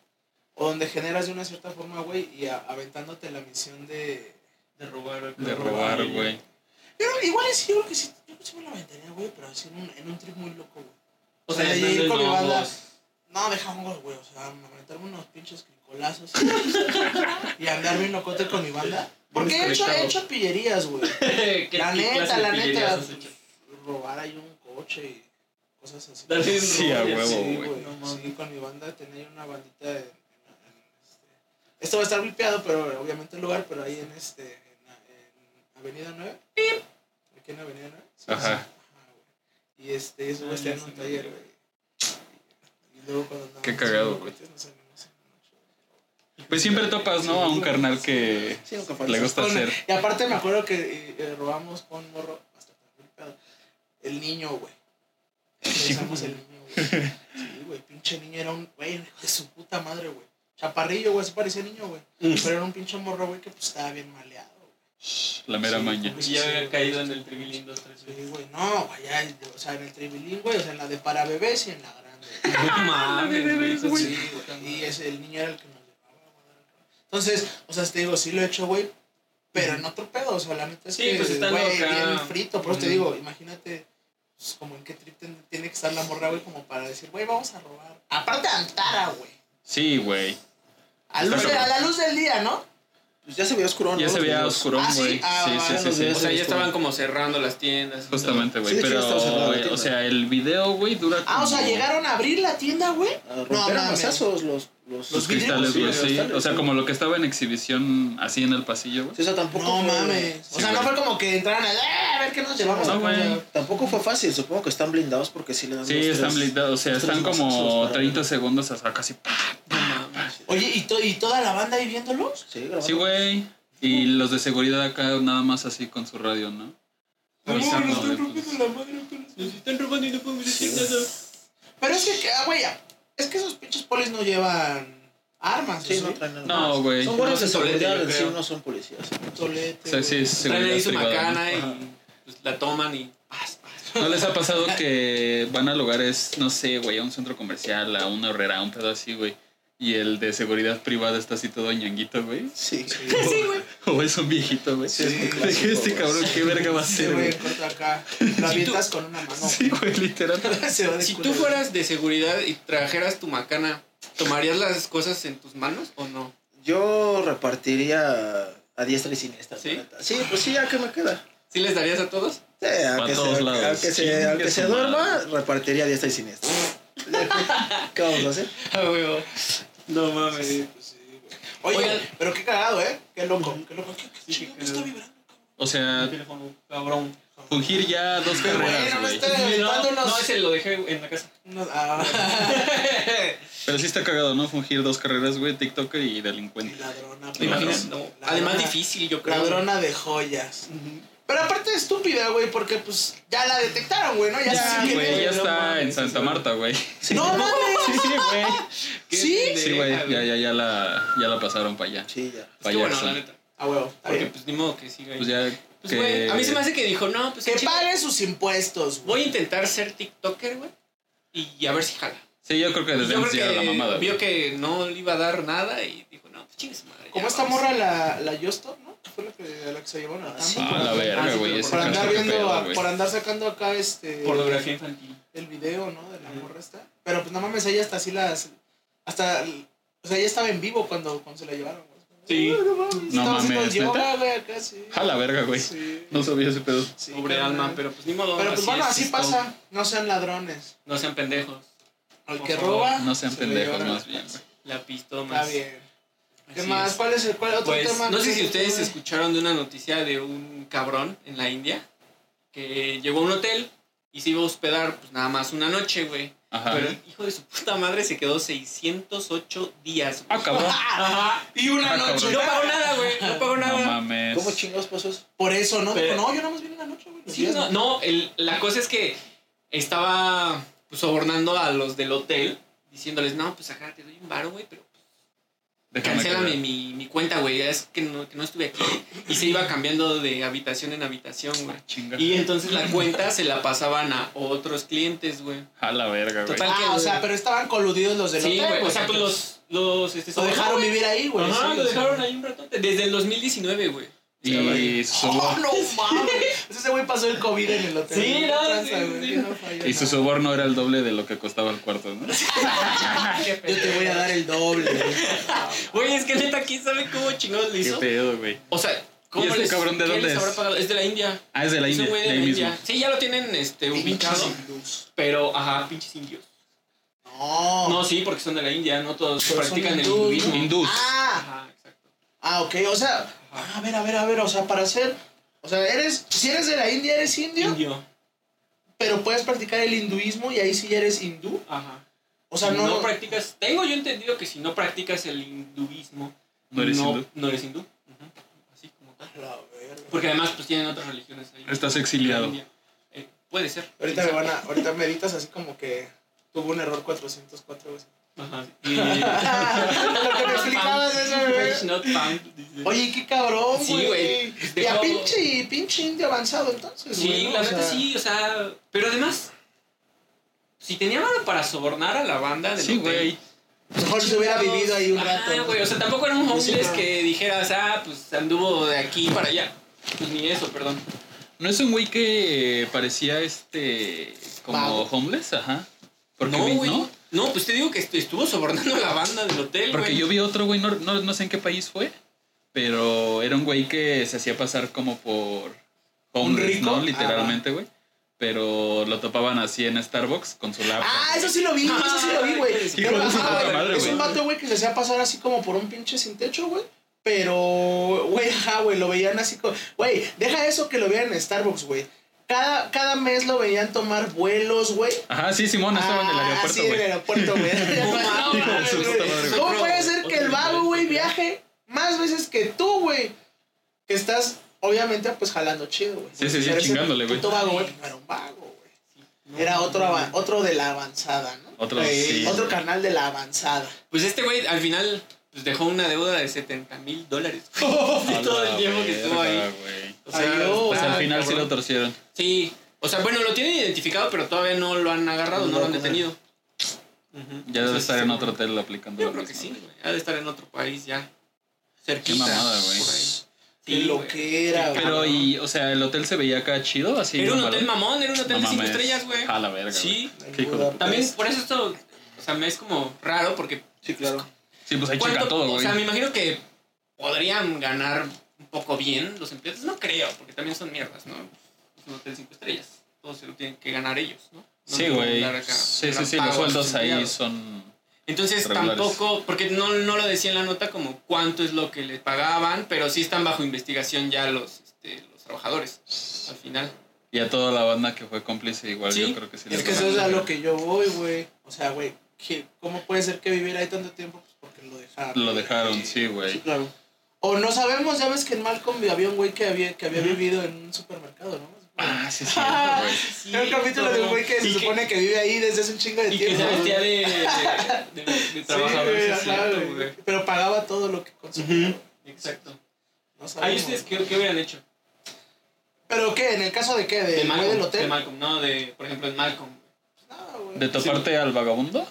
O donde generas de una cierta forma, güey, y a- aventándote la misión de. De robar. De robar, güey. Pero igual es, yo creo que sí, yo sí me la aventaría, güey, pero así en un, en un trip muy loco, güey. O Pues sea, y andando ir en con mi banda. hongos. No, deja hongos, güey, o sea, aventarme unos pinches cricolazos. y andar bien locote con mi banda. Porque he hecho, he desconectado. hecho pillerías, güey. ¿Qué- qué La neta, clase de la pillerías neta. has hecho? Robar ahí un coche y cosas así. Darle un Sí, robo a y huevo, así. Sí, güey. güey, sí, con mi banda tenía una bandita en, en- en, este, esto va a estar vipeado, pero obviamente el lugar, pero ahí en este, en, en Avenida 9. Aquí en Avenida 9. sí, Ajá. sí, güey. Y este, eso va a estar en Ah, un sí, taller, sí. güey. Y luego cuando andábamos Qué cagado, haciendo güey. cohetes, nos salimos en la noche. Pues siempre topas, ¿no? A un carnal que Sí, nunca falta. le gusta Con- hacer. Y aparte me acuerdo que eh, eh, robamos con morro, hasta con el pedo, el niño, güey. Empezamos el niño, güey. Sí, güey, pinche niño era un, güey, hijo de su puta madre, güey. Chaparrillo, güey, se parecía niño, güey. Pero era un pinche morro, güey, que pues estaba bien maleado, güey. La mera Sí, maña. Y ya había caído en el tribilín dos, tres veces. Sí, güey, no, güey, ya, o sea, en el tribilín, güey, o sea, en la de para bebés y en la grande. güey. No mames, güey, eso Sí, sí. güey. Y ese, el niño era el que nos llevaba, güey. Entonces, o sea, te digo, sí lo he hecho, güey. Pero en otro pedo, o sea, la neta es Sí, que, pues, estando güey, acá. bien frito. Por eso te Ujú. digo, imagínate, pues, como en qué trip ten- tiene que estar la morra, güey, como para decir, güey, vamos a robar. Aparte de Antara, güey. Sí, güey. A, luz Pero- de- a la luz del día, ¿no? Pues ya se veía oscurón, Ya ¿no? se Los veía videos. oscurón, Ah, sí, güey. ah, Sí, sí, bueno, sí, de O sí. sea, ya estaban como cerrando las tiendas. y todo. Justamente, güey. Sí, de hecho, Pero, estaba cerrada la güey, o tienda. sea, el video, güey, dura Ah, o sea, como llegaron a abrir la tienda, güey. Ah, rompieron mames. mazazos los, los, vidrios, Los cristales, sí, güey, los sí. cristales, O sea, sí. como lo que estaba en exhibición así en el pasillo, güey. Sí, o sea, tampoco. No fue- mames. O Sí, sea, no güey. fue como que entraron a, "Eh, a ver qué nos llevamos. No, güey. Tampoco fue fácil, supongo que están blindados porque sí le dan. Sí, dos, están tres- blindados. O sea, dos, tres están mazazos como para- 30 segundos hasta casi. ¡pa! No mames. Oye, ¿y, to- ¿y toda la banda ahí viéndolos? Sí, grabando. Sí, güey. Y los de seguridad acá nada más así con su radio, ¿no? Avisando nos de, están pues, rompiendo la madre, pero- Nos están robando y no podemos decir Sí. nada. Pero es que, que, ah, güey, ah, es que esos pinches polis no llevan armas, Sí, no no traen nada. No, güey. Son No, guardias de son solete, seguridad, yo en sí creo. no son policías. o sea, sí, es Traen ahí seguridad su privada, ¿no? macana y pues, la toman y. paz, paz. ¿No les ha pasado que van a lugares, no sé, güey, a un centro comercial, a una horrera, a un pedo así, güey? Y el de seguridad privada está así todo ñanguito, güey. Sí. O es un viejito, güey. Sí, es muy De que clásico, este güey. cabrón, ¿qué verga va a Sí, hacer, güey, güey? corta acá. Lo avientas con una mano. Sí, güey, literal. Se va de Si tú culero. fueras de seguridad y trajeras tu macana, ¿tomarías las cosas en tus manos o no? Yo repartiría a diestra y siniestra. ¿Sí? ¿Sí? sí, pues sí, ya que me queda. ¿Sí les darías a todos? Sí, a Pa' que, todos se, lados. a que se, Chingue a que se su duerma, madre. repartiría a diestra y siniestra. ¿Qué vamos a hacer? No mames. Sí, pues sí, güey. Oye, Oigan. pero qué cagado, ¿eh? Qué loco, qué loco. ¿Qué, qué Sí, chingado qué está cagado. vibrando? O sea, teléfono, cabrón. fungir ya dos Pero, güey, carreras, no me güey. está- No, Levantándonos. no, ese lo dejé en la casa. No, ah, Pero sí está cagado, ¿no? Fungir dos carreras, güey, TikToker y y delincuente. ladrona. ¿Te ¿Te imaginas? imaginas? No. Ladrona. Además, difícil, yo creo. Ladrona de joyas. Ujú. Pero aparte estúpida, güey, porque pues ya la detectaron, güey, ¿no? Ya, Ya, sí, güey, ya no está mames, en Santa güey. Marta, güey. No mames. Sí, güey. Qué ¿Sí? pendeja, Sí, güey, ya, ya, ya la, ya la pasaron para allá. Sí, ya. Es que Payaso. bueno, la neta. A huevo, está Porque bien. pues ni modo que siga ahí. Pues ya Pues, que... güey, a mí se me hace que dijo, no, pues Que chido. pague sus impuestos, güey. Voy a intentar ser TikToker, güey. Y a ver si jala. Sí, yo creo que desde pues, Yo antes ya creo era que la mamada. vio güey. que no le iba a dar nada y dijo, no, pues chingue su madre. Como ya, esta vamos". morra, la, la Justo, ¿no? Que Fue la que, a la que se llevaron a Ah, sí. Ah, la Ah, verga, sí, güey. pero ese Por andar caso, qué viendo, pedo, a- güey. por andar sacando acá este. Pornografía infantil. El video, ¿no? De la Ajá. morra esta. Pero pues no mames, ella hasta así las. Hasta. O sea, ella estaba en vivo cuando, cuando se la llevaron, güey. Sí. No, no mames. No estaba haciendo mames, yoga, güey, acá sí. A la verga, güey. Sí. No sabía ese pedo. Sí, Pobre carnal. alma, pero pues ni modo. Pero pues bueno, es así esto. pasa. No sean ladrones. No sean pendejos. Al Por que favor, roba. No sean se le pendejos, llevan a- más bien, güey. La Está pistomas. bien. ¿Qué Así más? es. ¿Cuál es el cuál, otro Pues, tema? no que sé se si te ustedes ocurre? escucharon de una noticia de un cabrón en la India que llegó a un hotel y se iba a hospedar pues nada más una noche, güey. Ajá. Pero el hijo de su puta madre se quedó 608 días. güey. Ah, cabrón. Ajá. Y una Ah, noche. cabrón. No pagó nada, güey. No pagó No nada. mames. ¿Cómo chingados pasó eso? Por eso, ¿no? Pero- Dijo, no, yo nada más vine una noche, güey. los Sí, días, no, no, el- la cosa es que estaba pues, sobornando a los del hotel, diciéndoles, no, pues acá te doy un varo, güey, pero Déjame Cancélame quedar. mi, mi cuenta, güey. ya Es que no, que no estuve aquí. Y se iba cambiando de habitación en habitación, güey. Chinga. Y entonces la cuenta se la pasaban a otros clientes, güey. A la verga, güey. Total. Ah, o sea, pero estaban coludidos los del Sí, hotel, güey. O pues, sea, pues entonces, los. los este, Lo sobornaron, dejaron güey. vivir ahí, güey. Ajá, sí, lo o sea. dejaron ahí un rato. Desde el 2019, güey. Y su, ¡Oh, sobor- no mames! pues Ese güey pasó el COVID en el hotel. Sí, Qué no, tranza, sí, güey, sí. que no falló y su nada. soborno era el doble de lo que costaba el cuarto, ¿no? Yo te voy a dar el doble. güey. Güey, es que neta, ¿quién sabe cómo chingados le Qué hizo? pedo, güey. O sea, ¿Y ¿cómo este les, cabrón de quién dónde les es? habrá pagado? Es de la India. Ah, es de la Es un India, güey de ahí mismo. Sí, ya lo tienen este, ubicado. Pinches hindús. Pero, ajá, pinches indios. No. No, sí, porque son de la India, no todos Oh. Pero son practican el hindús, ¿no? hinduismo. Hindús. Ah, Ajá, exacto. ah, ok, o sea, ah, a ver, a ver, a ver, o sea, para ser, o sea, eres, si eres de la India, eres indio, Indio, pero puedes practicar el hinduismo y ahí sí eres hindú. ajá. O sea, si no, no, practicas, tengo yo entendido que si no practicas el hinduismo, No eres hindú. no eres hindú. Ujú, Así como tal. A Ah, la verga. Porque además, pues tienen otras religiones ahí. Estás exiliado. India. Eh, puede ser. Ahorita me van a, ahorita meditas así como que tuvo un error 404 veces. Ajá. Y- Lo que me explicabas eso, güey. Fresh not found, dice. Oye, qué cabrón, Sí, güey. güey. y a Dejó- pinche, pinche indio avanzado entonces, Sí, güey, ¿no? la O neta sea, sí, o sea. Pero además, si tenía mano para sobornar a la banda del Sí, hotel, güey. Mejor se hubiera chingados. vivido ahí un Ajá, rato. güey, o sea, tampoco era un Pues sí, homeless no. que dijeras, ah, pues anduvo de aquí para allá. Pues ni eso, perdón. ¿No es un güey que eh, parecía este. como Vago. homeless? Ajá. Porque no, vi- güey. ¿no? ¿no? pues te digo que est- estuvo sobornando a la banda del hotel, Porque güey. yo vi otro güey, no, no, no sé en qué país fue, pero era un güey que se hacía pasar como por homeless, rico? ¿no? Literalmente, güey. Pero lo topaban así en Starbucks con su laptop. Ah, eso sí lo vi, eso sí lo vi, güey. Hijo de Pero, su ajá, puta güey, madre, Es un güey. vato, güey, que se hacía pasar así como por un pinche sin techo, güey. Pero, güey, ajá, güey, lo veían así como... Güey, deja eso que lo vean en Starbucks, güey. Cada, cada mes lo veían tomar vuelos, güey. Ajá, sí, Simón, estaba en el Ah, sí, aeropuerto, en el güey. aeropuerto, güey. No mames, No mames, hijo de su güey. puta madre, güey. ¿Cómo puede ser que el Otro vago, nivel, güey, güey. viaje más veces que tú, güey? Que estás, obviamente, pues jalando chido, güey. Sí, sí, sí, Pero ese chingándole, güey. puto vago, güey, pues, no era un vago, güey. Era otro, ava- otro de la avanzada, ¿no? Otro, Eh, sí. otro canal de la avanzada. Pues este güey al final pues, dejó una deuda de 70 mil dólares. A güey, todo el la tiempo que estuvo verga, ahí. güey. O sea, Ay, Dios. está Pues al Ah, final sí cabrón. lo torcieron. Sí, o sea, bueno, lo tienen identificado, pero todavía no lo han agarrado, no, lo han No, detenido. Ya debe Entonces, estar en sí, otro hotel aplicando Yo lo creo que mismo, sí, güey. güey. Ha de estar en otro país ya. Cerquita. Qué mamada, güey. por ahí. Qué Sí, güey. loquera, güey. Pero, y, o sea, el hotel se veía acá chido, así. Era un normal. hotel mamón, era un hotel No de cinco mames. estrellas, güey. A la verga. Sí. güey. Qué hijo de- Budapest. También por eso esto, o sea, me es como raro porque... Sí, claro. Sí, pues ahí ¿cuánto- chica todo, o güey. sea, me imagino que podrían ganar un poco bien los empleados. No creo, porque también son mierdas, ¿no? Es un hotel cinco estrellas. Todos se lo tienen que ganar ellos, ¿no? No Sí, le pueden güey. dar acá Sí, un sí, gran sí, pago los a sueldos ahí empleados. son. Entonces Regulares. tampoco, porque no, no lo decía en la nota como cuánto es lo que les pagaban, pero sí están bajo investigación ya los, este, los trabajadores al final. Y a toda la banda que fue cómplice, igual Sí, yo creo que sí. Es les que van eso a es a dar. lo que yo voy, güey. O sea, güey, ¿qué- ¿cómo puede ser que viviera ahí tanto tiempo? Pues porque lo dejaron. Lo dejaron, sí, Sí, güey. claro. O no sabemos, ya ves que en Malcolm había un güey que había, que había vivido en un supermercado, ¿no? Ah, sí, sí, Ah, güey. Era un capítulo de un güey que se Y supone que vive ahí desde hace un chingo de Y que tiempo. se ¿no? vestía de, de, de- de trabajador, Sí, sí, güey, es ajá, cierto, güey. güey. Pero pagaba todo lo que consumía. Ujú. Exacto. No sabemos. Ahí ustedes, ¿qué, qué hubieran hecho? ¿Pero qué? ¿En el caso de qué? ¿De, De güey Malcolm. del De hotel? Malcolm, no, de, por ejemplo, en Malcolm. No, güey. ¿De toparte al vagabundo?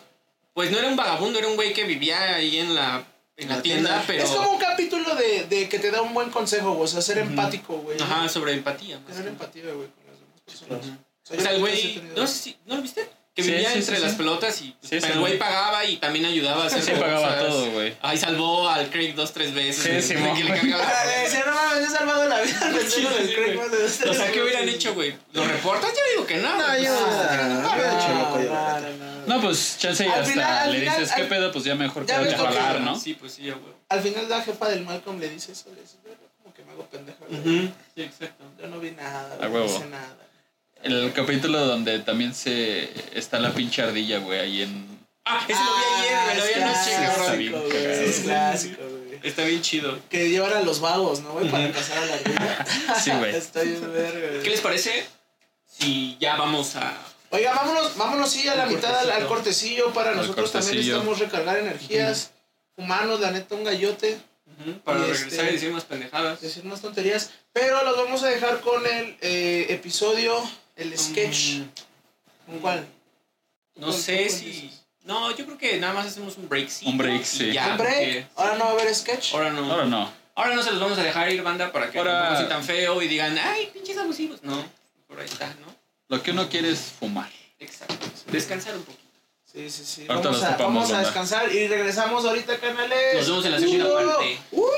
Pues no era un vagabundo, era un güey que vivía ahí en la, en la, La tienda, tienda. pero... Es como un capítulo de, de que te da un buen consejo, güey. O sea, ser empático, güey. Ajá, sobre empatía. más Tener que empatía, güey, con las demás personas. nada. Ujú. sea, O sea, yo el nunca sí he güey, tenido- no sé si, ¿no lo viste? Que Sí, vivía sí, entre sí, las sí. pelotas y pues, Sí, pero sí, el güey güey. pagaba y también ayudaba a hacer Sí, pagaba cosas. todo, güey. Ahí salvó al Craig dos, tres veces. Sí, güey, de sí, mo. que le cargaba. Ah, le decía, no mames, he salvado la vida. al Sí, vecino sí, del sí, Craig güey. más de O dos, sea, tres ¿qué hubieran veces. hecho, güey? ¿Los reportas? Yo digo que no. No, güey. yo Pues, no hubiera hecho loco, yo la No, neta. no, no. No, pues chance y Al hasta final- al le final- dices, al- ¿qué pedo? Pues ya mejor Ya que ves lo que- pagar, ¿no? Sí, pues sí, ya, güey. Al final la jefa del Malcolm le dice eso, le dice, yo como que me hago pendeja, güey. Sí, exacto. Yo no vi nada, A güey, no huevo. hice nada. El capítulo donde también se está la pinche ardilla, güey, ahí en... Ah, ese lo vi ayer, güey. Lo vi anoche, es clásico, cabrón. clásico, Está bien güey, cagado. Es clásico, güey. Está bien chido. Que lloran los vagos, ¿no, güey? Para pasar a la vida. Sí, güey. Está bien verga, güey. ¿Qué les parece si ya vamos a... Oiga, vámonos, vámonos sí a la Al mitad al, al cortecillo. cortecillo para Al nosotros también cortecillo. necesitamos recargar energías. humanos, la neta, un gallote, Ujú, Para Y regresar este- y decir más pendejadas. decir más tonterías. Pero los vamos a dejar con el eh, episodio, el sketch. Mm, ¿Con cuál? No ¿Con- sé con si. dices? No, yo creo que nada más hacemos un break. Un break, sí. Ya, ¿Un break? porque Ahora no va a haber sketch. Ahora no. Ahora no. Ahora no se los vamos a dejar ir, banda, para que Ahora- no sea tan feo y digan, ay, pinches abusivos. No, por ahí está, ¿no? Lo que uno quiere es fumar. Exacto. Descansar un poquito. Sí, sí, sí. Ahorita Vamos, los a, topamos, vamos a banda. descansar y regresamos ahorita, canales. Nos vemos en la segunda ¡Uh! parte. ¡Uh!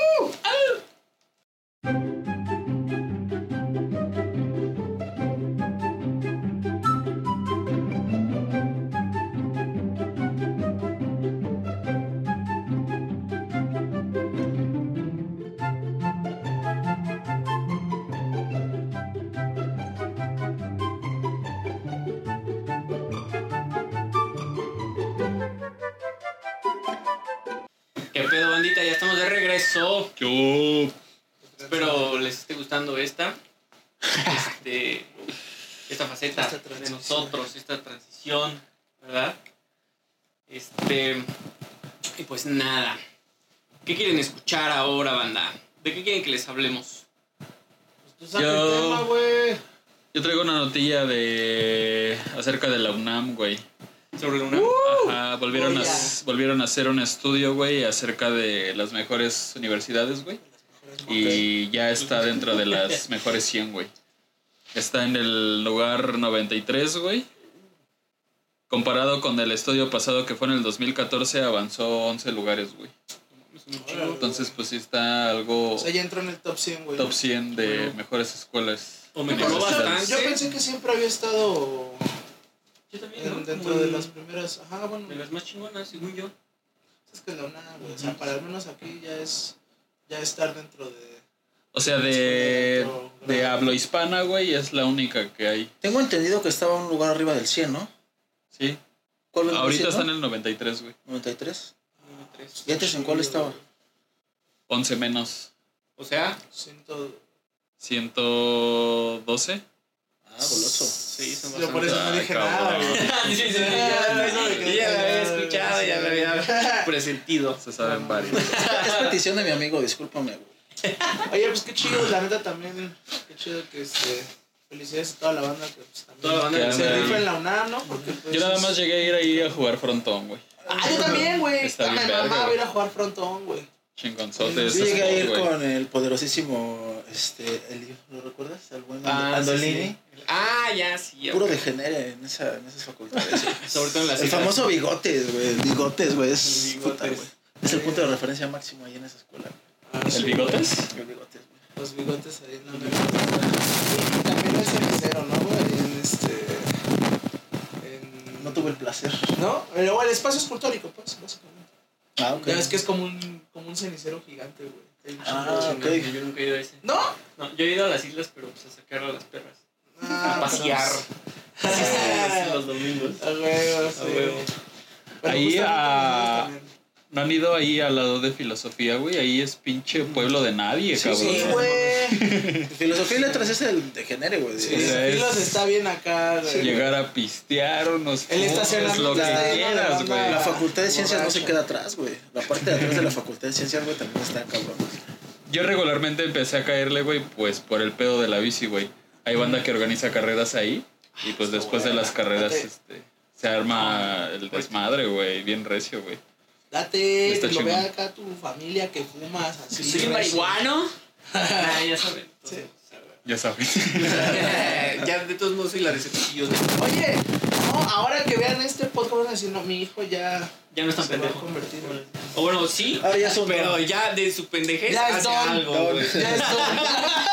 ¿Qué pedo, bandita? Ya estamos de regreso. Yo. Espero les esté gustando esta. Este, esta faceta Esta de transición. nosotros, esta transición, ¿verdad? Este. Y pues nada. ¿Qué quieren escuchar ahora, banda? ¿De qué quieren que les hablemos? Pues tú saca Yo- el tema, güey. Yo traigo una notilla de. acerca de la UNAM, güey. Sobre una. Ajá, volvieron, a, volvieron a hacer un estudio, güey, acerca de las mejores universidades, güey. Y ya está dentro de las mejores 100, güey. Está en el lugar 93, güey. Comparado con el estudio pasado que fue en el 2014, avanzó 11 lugares, güey. Entonces, pues sí está algo O sea, ya entró en el top 100, güey. top 100 de Bueno. mejores escuelas. O Yo mejoró pensé- bastante. Yo pensé que siempre había estado Yo también, ¿no? en- dentro Como de en- las primeras. Ajá, bueno. de las más chingonas, según yo. Es que la UNAM, güey. O sea, para al menos aquí ya es, ya estar dentro de. O sea, de, de hablo hispana, güey, es la única que hay. Tengo entendido que estaba un lugar arriba del 100, ¿no? Sí. ¿Cuál vendría Ahorita está en siendo? el 93, güey. 93. Tres. ¿Y antes en cuál estaba? 11 menos O sea, Siento. 112. Ah, goloso. se hizo Yo por bastante. eso no Ay, dije Ah, cabrón. nada, güey. Sí, sí, sí, ya la había- ya la había escuchado, ya la había presentido. Se saben varios. Es petición de mi amigo, discúlpame. güey. Oye, pues qué chido, la neta también. Qué chido que este. Felicidades a toda la banda que pues, también Toda la banda que se andan- rifa en la UNAM, ¿no? Porque, pues, Yo nada es- más llegué a ir ahí a jugar frontón, güey. Ah, yo también, güey. Está Ah, bien Mi verga, mamá va a güey. ir a jugar frontón, güey. Chingonzote. Yo ese llegué a ir spot, güey. con el poderosísimo, este, Elio, ¿lo recuerdas? Al buen Ah, sí, Andolini. sí. Ah, ya, sí. ya, Puro güey. degenere en, esa, en esas facultades. güey. Sobre todo en las el islas. famoso bigotes, güey. el Bigotes, güey. Es, Bigotes. puta, güey. es el punto de referencia máximo ahí en esa escuela. ¿El bigotes? El bigotes, güey. Los bigotes ahí en la Y también el cenicero, ¿no, güey? En este. En... No tuve el placer. ¿No? Pero, el espacio escultórico, pues, básicamente. Ah, ok. Ya es que es como un, como un cenicero gigante, güey. Hay un Ah, chingo de ok. ceniceros. Yo nunca he ido a ese. ¿No? No, yo he ido a las islas, pero pues a sacar a las perras. Ah, A pasear. Así se hace los domingos. A huevo, sí. A huevo. Pero Ahí, justamente ah, los niños No han ido ahí al lado de filosofía, güey. Ahí es pinche pueblo de nadie, cabrón. también. Sí, güey. Filosofía y letras es el degenere, güey. Sí, O sea, sí, es- los está bien acá, güey. Llegar a pistear unos El es estacionamiento pues, lo que está lleno de quieras, banda. güey. La facultad de ciencias no Borracha. se queda atrás, güey. La parte de atrás de la facultad de ciencias, güey, también está cabrón. Yo regularmente empecé a caerle, güey, pues por el pedo de la bici, güey. Hay banda que organiza carreras ahí y pues después de las carreras Date. este, se arma el desmadre, güey, bien recio, güey. Date, Está que lo vea chingón. acá tu familia que fumas así. Soy recio. marihuano. Ah, ya saben. entonces, Ya sabes. ya de todos modos soy la de cepillos. Oye, no, ahora que vean este podcast van a decir, no, mi hijo ya Ya no es tan se va a pendejo. convertir. güey. O bueno, sí, Ahora Ah, ya son pero don. ya de su pendejez Ya es hace don, algo, don. güey. Ya es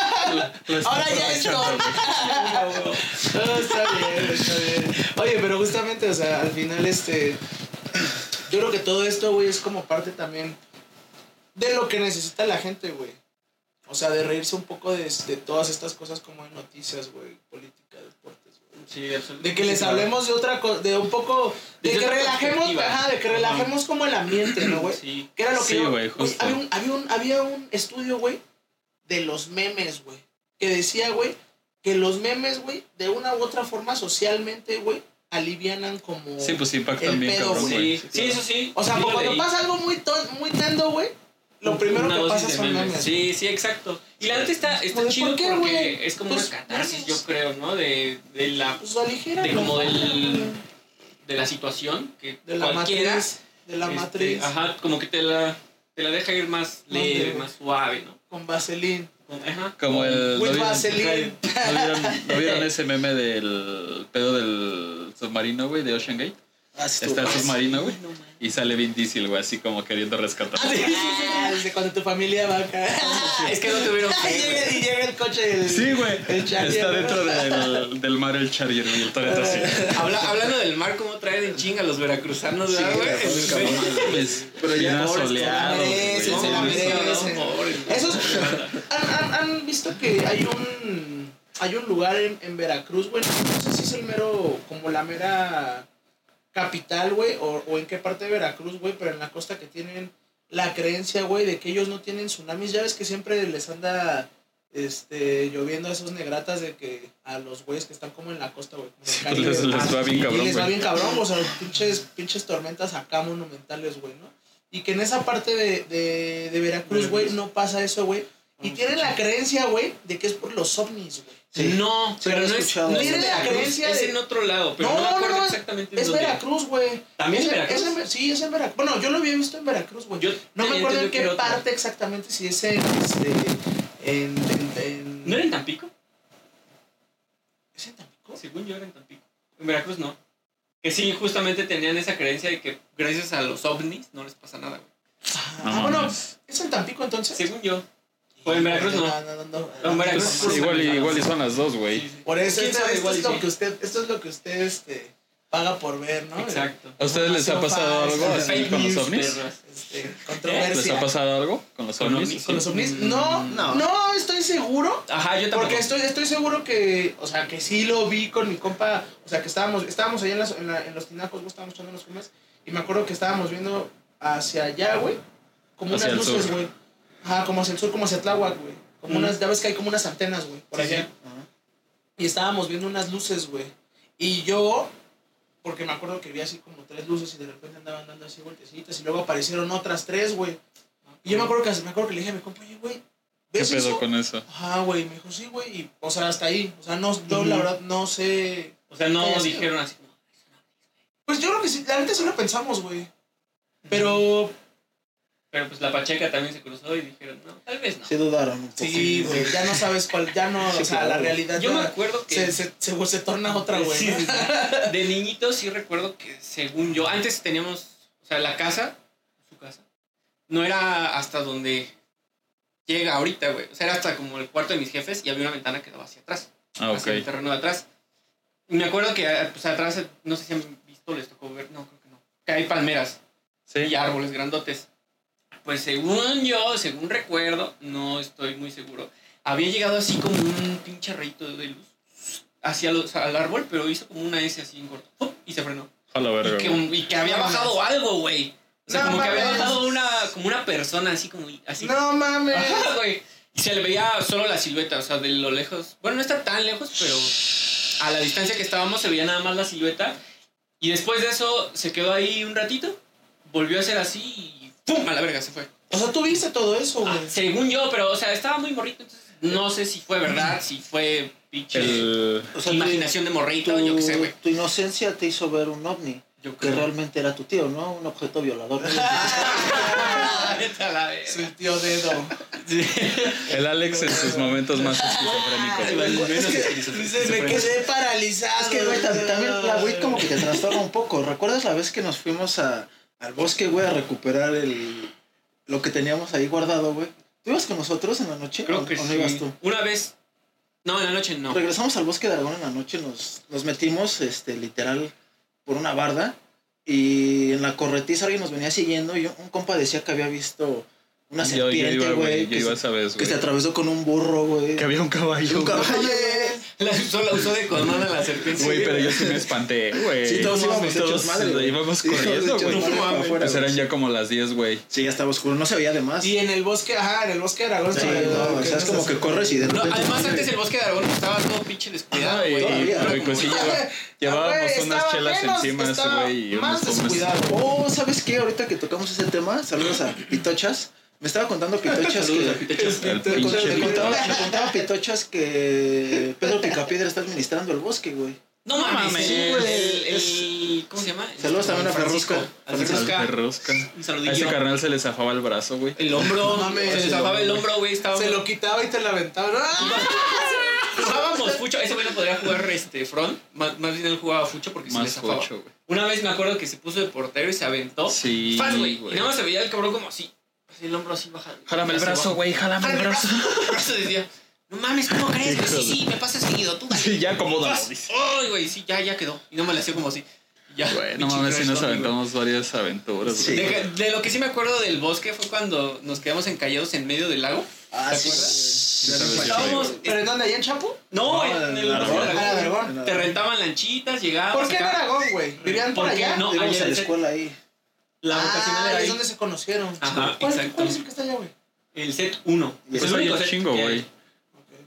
Ahora ya es don. No, Ah, está bien, está bien. Oye, pero justamente, o sea, al final, este. Yo creo que todo esto, güey, es como parte también de lo que necesita la gente, güey. O sea, de reírse un poco de, de todas estas cosas como de noticias, güey, política, deportes, güey. Sí, absolutamente. De que les hablemos de otra cosa, de un poco. De Desde que otra relajemos, perspectiva. ajá, de que relajemos como el ambiente, ¿no, güey? Sí. Que era lo que Sí, yo- güey, güey, justo. había, un, había, un, había un estudio, güey, de los memes, güey. Que decía, güey, que los memes, güey, de una u otra forma socialmente, güey, alivianan como... Sí, pues impactan El bien, pedo, cabrón, güey. güey. Sí, sí, eso sí. O sea, pues, Sí, lo cuando leí. pasa algo muy, ton- muy tendo, güey, lo primero Una que dosis pasa de son memes. memes. Sí, sí, exacto. Y la neta está, está Pues, ¿por chido qué, porque güey? es como Pues, una catarsis, memes. yo creo, ¿no? De, de la Pues aligera. de como del- de la situación que De la cualquiera matriz. De la este, matriz. ajá, como que te la te la deja ir más Más leve, leve. más suave, ¿no? Con vaselín. Como- Ajá. Como Pues, el. With ¿no vieron- Vaseline. ¿no vieron, no vieron ese meme del pedo del submarino, güey, de Ocean Gate? Ah, sí, Está el tú- submarino, güey. Y sale Vin Diesel, güey, así como queriendo rescatar. Ah, sí, sí, sí, Desde cuando tu familia va acá. Es que no tuvieron fe, Y llega- güey. y llega el coche del... Sí, güey. El Charger, Está ¿no? dentro del, del mar el Charger, güey. El Toretto así. Habla- hablando del mar, ¿cómo traen en chinga los veracruzanos, Sí, ¿verdad, güey? güey, En el cabrón. medio. Pues, Pero ya bien ahora se asoleado, la merecen, güey. se la No, merecen. eso- no, pobres. Esos ¿han, han, han visto que hay un hay un lugar en, en Veracruz, güey. No sé si es el mero como la mera capital, güey, o, o en qué parte de Veracruz, güey, pero en la costa que tienen la creencia, güey, de que ellos no tienen tsunamis. Ya ves que siempre les anda este lloviendo a esos negratas de que a los güeyes que están como en la costa, güey, como en el pues, Caribe, les- güey. les va bien Y cabrón, les va güey. bien cabrón, o sea, pinches, pinches tormentas acá monumentales, güey, ¿no? Y que en esa parte de, de, de Veracruz, güey, no pasa eso, güey. Y tienen la creencia, güey, de que es por los ovnis, güey. Sí. No, Sí, pero lo he no es, escuchado. no es Tiene en la Veracruz, creencia es de- en otro lado, pero No, no, me no, acuerdo no, exactamente en Es dónde. Veracruz, güey. ¿También es en en- Veracruz? es en Ver- sí, es en Veracruz. Bueno, yo lo había visto en Veracruz, güey. Yo No me tenía acuerdo en entendido que qué era otro. parte exactamente, si es en, este, en, en- en- ¿No era en Tampico? ¿Es en Tampico? Según yo era en Tampico. En Veracruz no. Que sí, justamente tenían esa creencia de que gracias a los ovnis no les pasa nada, güey. Ah, No bueno, mames. ¿es en Tampico entonces? Según yo. O en Veracruz no. no, no, No, en Veracruz no, puro Pues, igual, y- igual y son las dos, güey. Sí, sí. Por eso, ¿Quién esto, sabe? esto Igual y es lo sí. que usted, esto es lo que usted este, paga por ver, ¿no? Exacto. ¿A ustedes les ha pasado algo así Fake con los news, ovnis? perras. Este, Eh, ¿Les controversia. ha pasado algo con los Con ovnis? ¿Con los ovnis? pues, Mm, No, no, no. estoy seguro. Ajá, yo tampoco. Porque estoy, estoy seguro que, o sea, que sí lo vi con mi compa. O sea, que estábamos, estábamos allá en, las- en la- en los tinacos, güey, estábamos echando los comas. Y me acuerdo que estábamos viendo hacia allá, güey. Como Hacia unas el luces, sur. güey. Ajá, como hacia el sur, como hacia Tláhuac, güey. Como Mm. unas, ya ves que hay como unas antenas, güey, por Sí, allá. sí. Y estábamos viendo unas luces, güey. Y yo, porque me acuerdo que vi así como tres luces y de repente andaban dando así vueltecitas y luego aparecieron otras tres, güey. Y yo me acuerdo que, me acuerdo que le dije a mi compa, oye, güey, ¿Qué ¿ves pedo eso? con eso? Ajá, Ah, güey, me dijo, sí, güey. Y, o sea, hasta ahí. O sea, no, yo la Ujú. verdad no sé. O sea, no Haya sido. dijeron así como. Pues yo creo que sí, la neta sí lo pensamos, güey. Pero, Pero pues la Pacheca también se cruzó y dijeron, no, tal vez no. Sí dudaron un poco. sí, güey, ya no sabes cuál, ya no, Sí, o sea, claro, la güey. realidad Yo ya me acuerdo que. se, se, se, se torna otra, güey. Sí, ¿no? sí, sí. De niñito sí recuerdo que, según yo, antes teníamos, o sea, la casa, su casa, no era hasta donde llega ahorita, güey. O sea, era hasta como el cuarto de mis jefes y había una ventana que daba hacia atrás, Ah, hacia el ok. terreno de atrás. Y me acuerdo que, eh, pues, atrás, eh, no sé si han visto, les tocó ver, no, creo que no, que hay palmeras Sí. y árboles grandotes. Pues según yo, según recuerdo, no estoy muy seguro, había llegado así como un pinche rayito de luz hacia los- al árbol, pero hizo como una S así en corto ¡pum! y se frenó. A la verga, Y que, güey. y que había bajado algo, güey. O sea, No como que había mames. bajado una, como una persona así como así. No mames. Ajá, güey. Y se le veía solo la silueta, o sea, de lo lejos. Bueno, no está tan lejos, pero a la distancia que estábamos se veía nada más la silueta. Y después de eso se quedó ahí un ratito, volvió a ser así y ¡pum! A la verga se fue. O sea, tú viste todo eso, güey. Ah, según yo, pero, o sea, estaba muy morrito, entonces no sé si fue verdad, si fue pinche El... O sea, imaginación de tu, morrito, yo qué sé, güey. tu inocencia te hizo ver un ovni. Yo Que creo. realmente era tu tío, ¿no? Un objeto violador. Vete a la verga. Su tío dedo. El Alex en sus momentos más Ay, esquizofrénicos. vale, menos Dice, me quedé paralizado. Es que, güey, tam- también la güey como que te trastorna un poco. ¿Recuerdas la vez que nos fuimos a, al bosque, güey, a recuperar el, lo que teníamos ahí guardado, güey? ¿Tú ibas con nosotros en la noche? Creo ¿O- que ¿O no ibas sí. tú? Una vez. No, en la noche no. Regresamos al bosque de Aragón en la noche, nos, nos metimos este, literal por una barda y en la corretiza alguien nos venía siguiendo y un, un compa decía que había visto una Yo, yo serpiente, iba, güey, güey. Yo que, iba se- esa vez, que se güey. atravesó con un burro, güey. había un caballo. Un caballo, Oye, güey. La usó, la usó de condón a la serpiente. Güey, pero yo sí me espanté, güey. Sí, todos íbamos hechos madre, güey. íbamos Sí, corriendo, íbamos hechos güey. madre para afuera, Pues güey. eran ya como las 10, güey. Sí, ya estaba oscuro, no se veía de más. Y en el bosque, ajá, en el bosque de Aragón. Sí, se no, veía, o que sea, es no como se- que corres y de No, repente... además madre, antes el bosque de Aragón estaba todo pinche descuidado, Ay, güey. todavía, Era güey, como- pues sí, lleva- Ah, llevábamos güey, unas estaba chelas menos, encima, estaba güey, y Más unos hombres. descuidado. Oh, ¿sabes qué? Ahorita que tocamos ese tema, saludos a Pitochas. Me estaba contando Pitochas Saludos a que... Pitecho. Al Te- te- Con- pinche te te- Pito. contaba, te contaba Pitochas que Pedro Picapiedra está administrando el bosque, güey. No No mames, mames. sí, güey. El, el- ¿Cómo se llama? Saludos también a Francisco. Ferrusca. A Al Ferrusca. perrosca. Un A ese saludillo. carnal se le zafaba el brazo, güey. El hombro. No mames, se le el zafaba el hombro. hombro, güey. Estaba Se lo quitaba y te la aventaba. ¡Ah! Jugábamos fucho. Ese güey no podría jugar este, front. Más, más bien él jugaba fucho porque se le Más zafaba. ocho, güey. Una vez me acuerdo que se puso de portero y se aventó. Sí, Faz, güey. Y güey. nada más se veía el cabrón como así. Así el hombro así bajando. Jálame el Así brazo, bajo. güey, jálame el Jálame brazo. El brazo decía, no mames, ¿cómo crees? güey? Hijo Sí, de- sí, me pasa seguido. Tú, Sí, ya acomódalo. Faz. Ay, güey, sí, ya, ya quedó. Y no me le hacía como así. Ya, Güey, no pinche mames, si crush nos zombie, güey. aventamos varias aventuras, Sí. güey. De, de lo que sí me acuerdo del bosque fue cuando nos quedamos encallados en medio del lago. Ah, ¿Te sí. acuerdas? sí, Sí, sí, sabes, sí. Pues Estábamos- Pues ¿Pero en dónde? ¿Allá en Chapo? No, No, en en el bosque el del Aragón. lago. Ah, en Aragón. Te rentaban lanchitas, llegabas. ¿Por qué en Ah, pues acá. Aragón, güey? ¿Vivían por, ¿Por qué? allá? No, Íbamos ayer a la se- escuela ahí. La vocacional ah, era es ahí. donde se conocieron. Ajá, ¿Cuál, exacto. ¿Cuál es el que está allá, güey? El set 1. Y Pues hay un chingo, güey.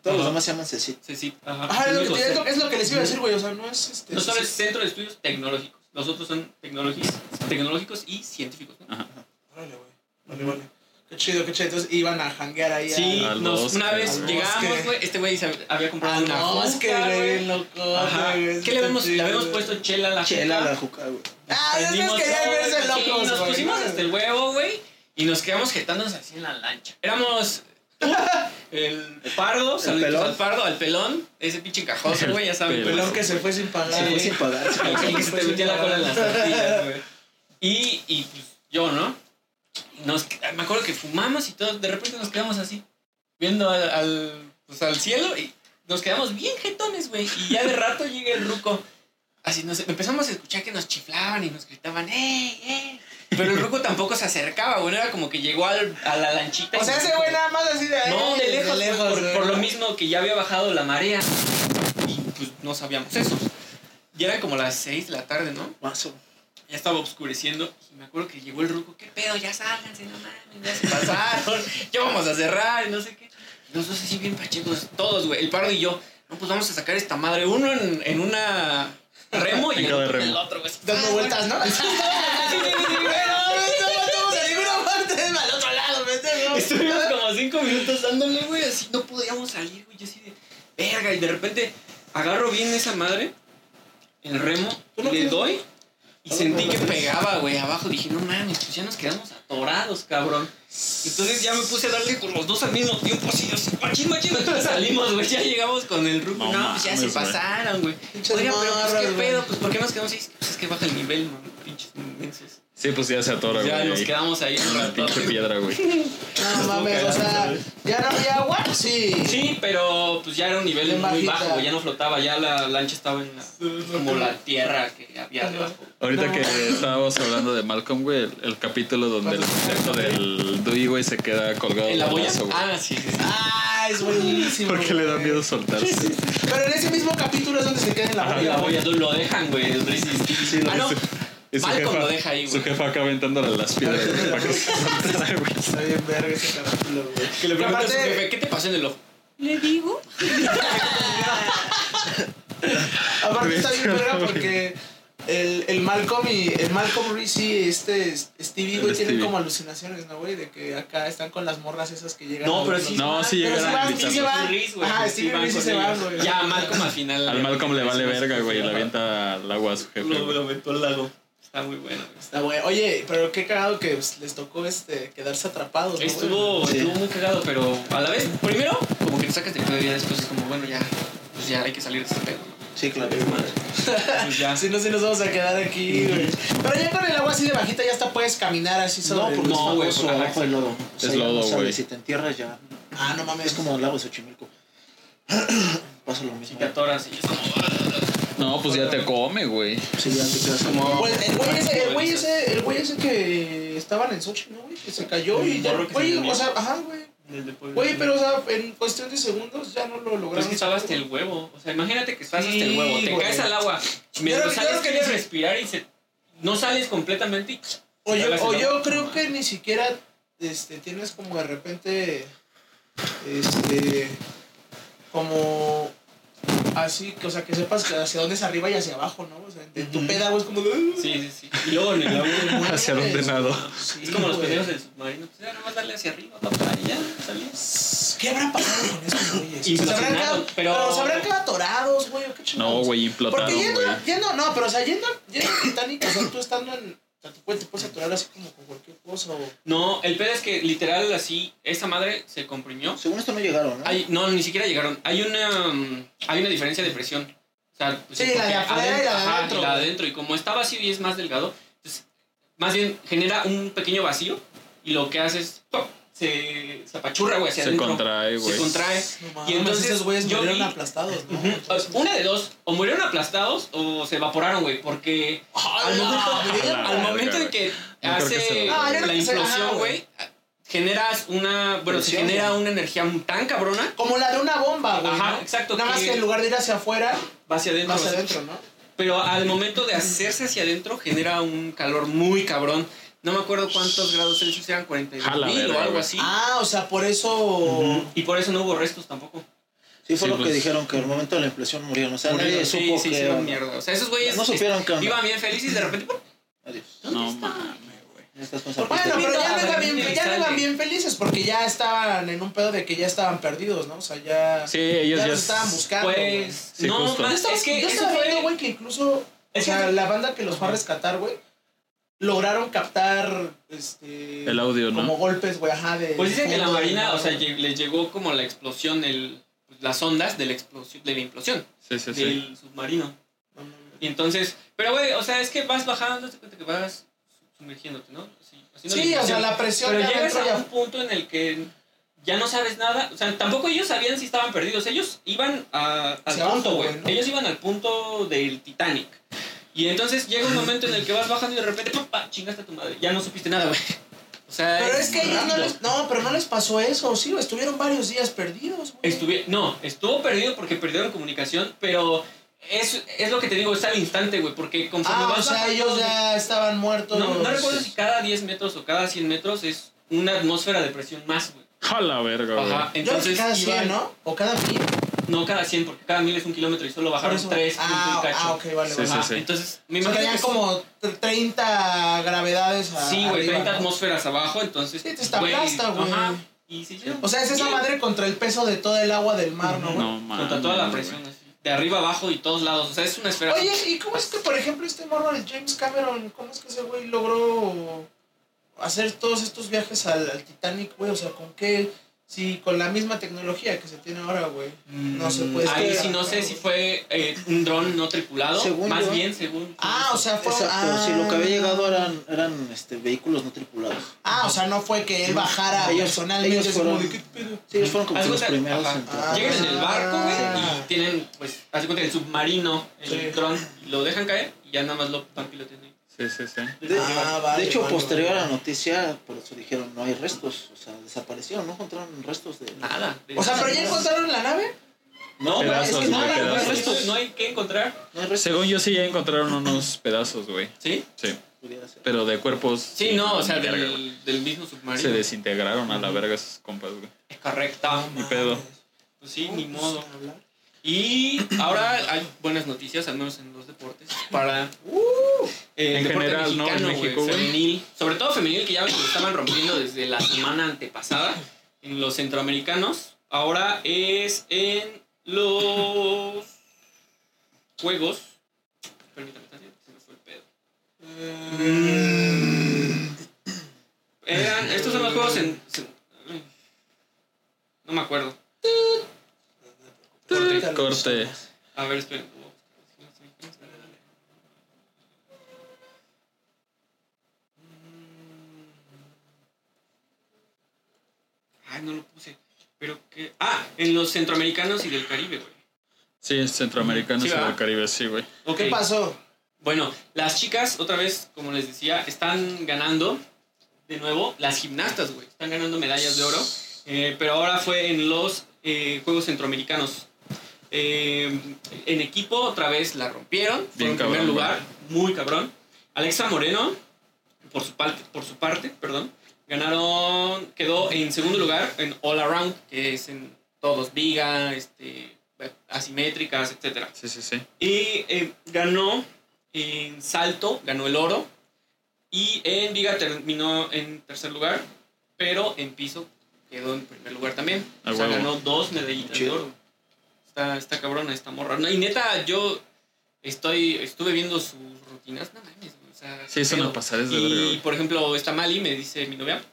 Todos los Ajá. demás se llaman Cecit. Sí, sí. Ajá. Ah, El lo único que, es, set. lo, es lo que les iba a decir, güey. O sea, no es este. No solo sí, es centro de estudios tecnológicos. Los otros son tecnologis- tecnológicos y científicos. ¿no? Órale, güey. Vale, vale. Qué chido, qué chido. Entonces iban a janguear ahí. Sí, Al nos- bosque, una vez al llegábamos, bosque. güey. Este güey se había comprado Ah, una no, es que, juca, güey, güey. loco. Ajá. güey, ¿Qué le habíamos, sí, le habíamos güey. puesto chela a la Chela, juca? la juca, güey. Ah, ya sabes Prendimos que ya todo, verse güey, sí, locos, nos güey. pusimos hasta el huevo, güey. Y nos quedamos jetándonos así en la lancha. Éramos tú, el pardo, saluditos pelón. al pardo, al pelón. Ese pinche cajoso, güey, ya saben. El Pelón que se fue sin pagar. Se fue Sí. sin pagar. se fue El que se te metía la cola en las tortillas, güey. Y, y pues yo, ¿no? Nos, me acuerdo que fumamos y todo, de repente nos quedamos así, viendo al, al, pues, al cielo y nos quedamos bien jetones, güey. Y ya de rato llega el ruco. Así nos empezamos a escuchar que nos chiflaban y nos gritaban, ¡ey, ey! Pero el ruco tampoco se acercaba, güey. Era como que llegó al- a la lanchita. y O sea, nos ese dijo, güey nada más así Eh, de. no, "Ey, de lejos, güey, por, güey". por lo mismo que ya había bajado la marea. Y pues no sabíamos eso. Y eran como las 6 de la tarde, ¿no? Mazo. Ya estaba oscureciendo. Y me acuerdo que llegó el ruco, ¿qué pedo? Ya sálganse, no mames, ya se pasaron. ya vamos a cerrar y no sé qué. Y Los dos así bien pachecos, todos, güey. El pardo y yo. No, pues vamos a sacar esta madre. Uno en, en una remo y En el cada otro en remo. el otro, güey. Ah, Dando vueltas, ¿no? Pero no matamos a ninguna parte, al otro lado, pendejo. Estuvimos como cinco minutos dándole, güey, así no podíamos salir, güey. Yo así de verga, y de repente agarro bien esa madre, el remo, ¿Tú no le quieres? doy y Ah, sentí no, que no, no. pegaba, güey, abajo. Dije, no mames, pues ya nos quedamos atorados, cabrón. Entonces ya me puse a darle con los dos al mismo tiempo, así, así, machín, machín, machín, salimos, güey, ya llegamos con el ruco. No, No pues ya se mames, güey. pasaron, güey. Pinches Oiga, pero pues qué morras, güey. pedo, pues ¿por qué nos quedamos ahí? Pues es que baja el nivel, man, pinches inmensos. Sí, pues ya se atora, güey. Ya nos ahí. quedamos ahí un Una rato. pinche piedra, güey. No mames, o sea, ya no había agua. Sí. Sí, pero pues ya era un nivel Bien muy bajita. bajo, güey, ya no flotaba, ya la lancha estaba en la, como la tierra que había debajo. Ahorita No. que estábamos hablando de Malcolm, güey, el, el capítulo donde el sujeto del Dewey, güey, se queda colgado ¿En la del boya? brazo, güey. Ah, sí, sí, sí. Ah, es buenísimo. Porque le da güey. miedo soltarse. Pero en ese mismo capítulo es donde se queda en la Ah, boya, la güey. boya, lo dejan, güey. los Brisbane Steel. lo ah, no. hizo. Y su Malcolm jefa, lo deja ahí, güey. Su jefa acá aventándole las piedras, güey, para que se soltara, güey. Está bien verga ese capítulo, güey. Que le Pero pregunta a su aparte- jefe, ¿qué te pasó en el ojo? ¿Le digo? Aparte está bien verga porque el, el Malcolm y el Malcolm Reese y este Stevie, El güey, tienen Stevie. como alucinaciones, ¿no, güey? De que acá están con las morras esas que llegan. No, a pero los- sí. No, sí Pero llegaron sí a van, sí se invitarlo. van. Reese, güey, Ajá, sí, Steven van Reese con se va, ellos. güey. Ya, Malcolm al final. Al Malcolm le vale Sí, sí, verga, sí, güey, sí, le avienta al agua a su jefe. Lo, güey. lo aventó al lago. Está muy bueno. güey. Está Ah, güey. Oye, pero qué cagado que pues, les tocó este quedarse atrapados, ¿no, güey? Estuvo, Sí. estuvo muy cagado, pero a la vez, primero, como que te sacas de pedo y ya después es como, bueno, ya, pues ya hay que salir de este pedo. ¿no? Sí, claro. Pues ya. Si no, si nos vamos a quedar aquí, güey. Pero ya con el agua así de bajita ya hasta puedes caminar así No, sobre porque el- No, güey, es famoso ajá. abajo del lodo. O sea, ya no lodo, sabes, güey. Si te entierras ya. Ah, no mames. Es como el lago de Xochimilco. Pasa lo mismo. Te atoras y es como, No, pues ya te come, güey. Sí, ya te quedas como... Güey, Pues, El güey ese, el Pues, güey ese, el güey ese que estaban en Sochi, ¿no, güey? Que se cayó y El ya, morro que se güey, durmió. o sea, ajá, güey. en el de Puebla. Güey, pero o sea, en cuestión de segundos ya no lo Pero logramos. Pues es que estaba hasta el huevo. O sea, imagínate que estás hasta el Sí, huevo. Te güey. caes al agua. Yo- Mientras yo sales, creo que quieres sí. respirar y se- no sales completamente. y- O yo, Hagas el o agua. yo creo que ni siquiera este, tienes como de repente. Este. Como. Así, que, o sea, que sepas que hacia dónde es arriba y hacia abajo, ¿no? O sea, de tu Ujú. pedago es como. Sí, sí, sí. Y luego en el agua. Hacia dónde nado. Sí, Es como los güey. pendejos del submarino. Pues ya, nomás darle hacia arriba, papá. Y ya, salís. ¿Qué habrá pasado con estos güeyes? Y ¿Se habrán fascinado, quedado, pero- pero... se habrán quedado atorados, güey, o qué chingados? No, güey, implotaron, Porque yendo, güey. yendo, no, pero o sea, yendo, yendo al Titanic, o sea, tú estando en. O sea, tú puedes, te puedes atorar así como con cualquier cosa o. No, el pedo es que literal así, esa madre se comprimió. Según esto no llegaron, ¿no? Hay, no, ni siquiera llegaron. Hay una, mm, hay una diferencia de presión. O sea, pues, Sí, es la de porque afuera y la de ajá, adentro. y la de adentro. Y como está vacío y es más delgado, pues, más bien genera un pequeño vacío y lo que hace es ¡pop! se, se apachurra, güey, hacia Se adentro. contrae, güey. Se contrae. No y mames, entonces esos güeyes yo murieron vi- aplastados, ¿no? Ujú. O- Una de dos, o murieron aplastados o se evaporaron, güey, porque al momento, verga, al momento en güey. que No creo que hace se Ah, yo creo la que se- ajá, implosión, güey. güey, generas una, bueno, se Presión, genera güey. una energía tan cabrona Como la de una bomba, güey. Ajá, ¿no? exacto, Nada más que- que en lugar de ir hacia afuera, va hacia adentro. va hacia o sea, adentro, ¿no? Pero al momento de hacerse hacia adentro genera un calor muy cabrón. No me acuerdo cuántos grados Celsius eran, 42 Jala, mil o verga, algo güey. así. Ah, o sea, por eso. Y por eso no hubo restos tampoco. Sí, Sí, fue lo pues. que dijeron, que al momento de la impresión murieron. O sea, Murieron, nadie sí, supo sí, que... hicieron mierda. O sea, esos güeyes No supieron qué onda. iban bien felices y de repente ¡pum! Adiós. No mames, güey. Ya estás con Bueno, Zapatista. pero ya no Mira, iban bien, ya no sale. iban bien felices porque ya estaban en un pedo de que ya estaban perdidos, ¿no? O sea, ya. Sí, ellos ya ya. los estaban buscando. güey. pues Sí, no Yo justo. más estaba, es que yo eso estaba fue- viendo, güey, que incluso. O Es sea, que- la banda que los va a rescatar, güey, lograron captar. Este, El audio, ¿no? Como golpes, güey, ajá. De, pues dicen que la fondo, marina, ¿no? o sea, lle- les llegó como la explosión el pues, las ondas de la explosión de la implosión Sí, sí, sí. del submarino. No, no, no. Y entonces, pero güey, o sea, es que vas bajando, te cuenta que vas sumergiéndote, ¿no? Sí, haciendo Sí, o sea, implosión. la presión Pero de llegas adentro a un ya. punto en el que ya no sabes nada. O sea, tampoco ellos sabían si estaban perdidos. Ellos iban a- al Hacia abajo, punto, güey. güey, ¿no? Ellos iban al punto del Titanic. Y entonces llega un momento en el que vas bajando y de repente, ¡pum! pa, Chingaste a tu madre. Ya no supiste nada, güey. O sea, Pero es que ellos no rápido. les. No, pero no les pasó eso, sí, güey, estuvieron varios días perdidos, güey. Estuvi- no, estuvo perdido porque perdieron comunicación, pero es, es lo que te digo, es al instante, güey, porque conforme Ah, vas o sea, bajando- ellos ya estaban muertos. No, no recuerdo si cada 10 metros o cada 100 metros es una atmósfera de presión más, güey. Jala, verga, Ajá, güey. entonces Entonces, cada iban- 100, ¿no? O cada mil. No, cada 100, porque cada 1000 es un kilómetro y solo bajaron Por eso- 3 ah, un cacho. ah, ok, vale, Sí, vale. sí. Ajá, Entonces, me O sea, imagino tenían que como tr- 30 gravedades a- Sí, güey, arriba, 30 ¿no? atmósferas abajo, entonces... Sí, te está aplasta, güey. Ajá, y pues, se hicieron- O sea, es esa Bien, madre contra el peso de todo el agua del mar, ¿no, güey? No mames. Contra toda la güey. presión, así. De arriba abajo y todos lados, o sea, es una esfera... Oye, ¿y cómo es que, por ejemplo, este morro de James Cameron, cómo es que ese güey logró hacer todos estos viajes al, al Titanic, güey? O sea, ¿con qué? Si con la misma tecnología que se tiene ahora, güey. No se puede. Ahí esperar, sí no sé güey. si fue eh, un dron no tripulado, Según más yo- bien según... Ah, o sea, fue... Exacto, ah. sí, lo que había llegado eran, eran este, vehículos no tripulados. Ah, o sea, no fue que él bajara Ellos- personalmente. ellos es como fueron- de, "¿Qué pedo?". Sí, ellos fueron como Haz que los cuenta- primeros ajá. en tratar. Llegan en el barco, güey, Ah. y tienen, pues, hace cuenta que el submarino, el Sí. dron, lo dejan caer y ya nada más lo van piloteando. ahí. Sí, sí, sí. De, Ah, vale, de hecho, vale, posterior vale. a la noticia, por eso dijeron, no hay restos. O sea, desaparecieron, no encontraron restos de... Nada. O sea, pero ya encontraron la nave. No, Ah, No, güey, es Pedazos, que no, güey, hay- no hay pedazos. restos. no hay que encontrar. No hay restos. Según yo sí ya encontraron unos pedazos, güey. ¿Sí? Sí. Pudiera ser. Pero de cuerpos. Sí, no, o sea, verga, güey. del, del mismo Se submarino. desintegraron a la verga esos compas, güey. Es correcto. Ni pedo. Pues sí, ni modo. Y ahora hay buenas noticias, al menos en los deportes, para... eh, En deporte general, ¿no? En mexicano, México, güey. Femenil. Sobre todo femenil, que ya ven que lo estaban rompiendo desde la semana antepasada en los centroamericanos. Ahora es en los Juegos... Permítame, tantito, se me fue el pedo. Mm. Eran, estos son los juegos en... se- ay, no me acuerdo. Corte. Corte. A ver, esperen. Ay, no lo puse. Pero que. Ah, en los centroamericanos y del Caribe, güey. Sí, es centroamericano Sí, y ¿verdad? del Caribe, sí, güey. Ok. ¿Qué pasó? Bueno, las chicas, otra vez, como les decía, están ganando de nuevo las gimnastas, güey. Están ganando medallas de oro Eh, pero ahora fue en los eh, Juegos Centroamericanos. Eh, en equipo, otra vez la rompieron. Fue Bien en primer cabrón, lugar, muy cabrón. Alexa Moreno, por su, parte, por su parte, perdón, ganaron, quedó en segundo lugar en All Around, que es en todos, viga, este, asimétricas, etcétera. Sí, sí, sí. Y eh, ganó en salto, ganó el oro. Y en viga terminó en tercer lugar, pero en piso quedó en primer lugar también. Ah, o sea, huevo. ganó dos medallitas de Chido. oro. Está, está cabrona esta morra. No, y neta, yo estoy estuve viendo sus rutinas. No mames, güey, o sea, Sí, es qué una pedo. pasada, es de verga, Y güey. por ejemplo, esta Mali me dice mi novia.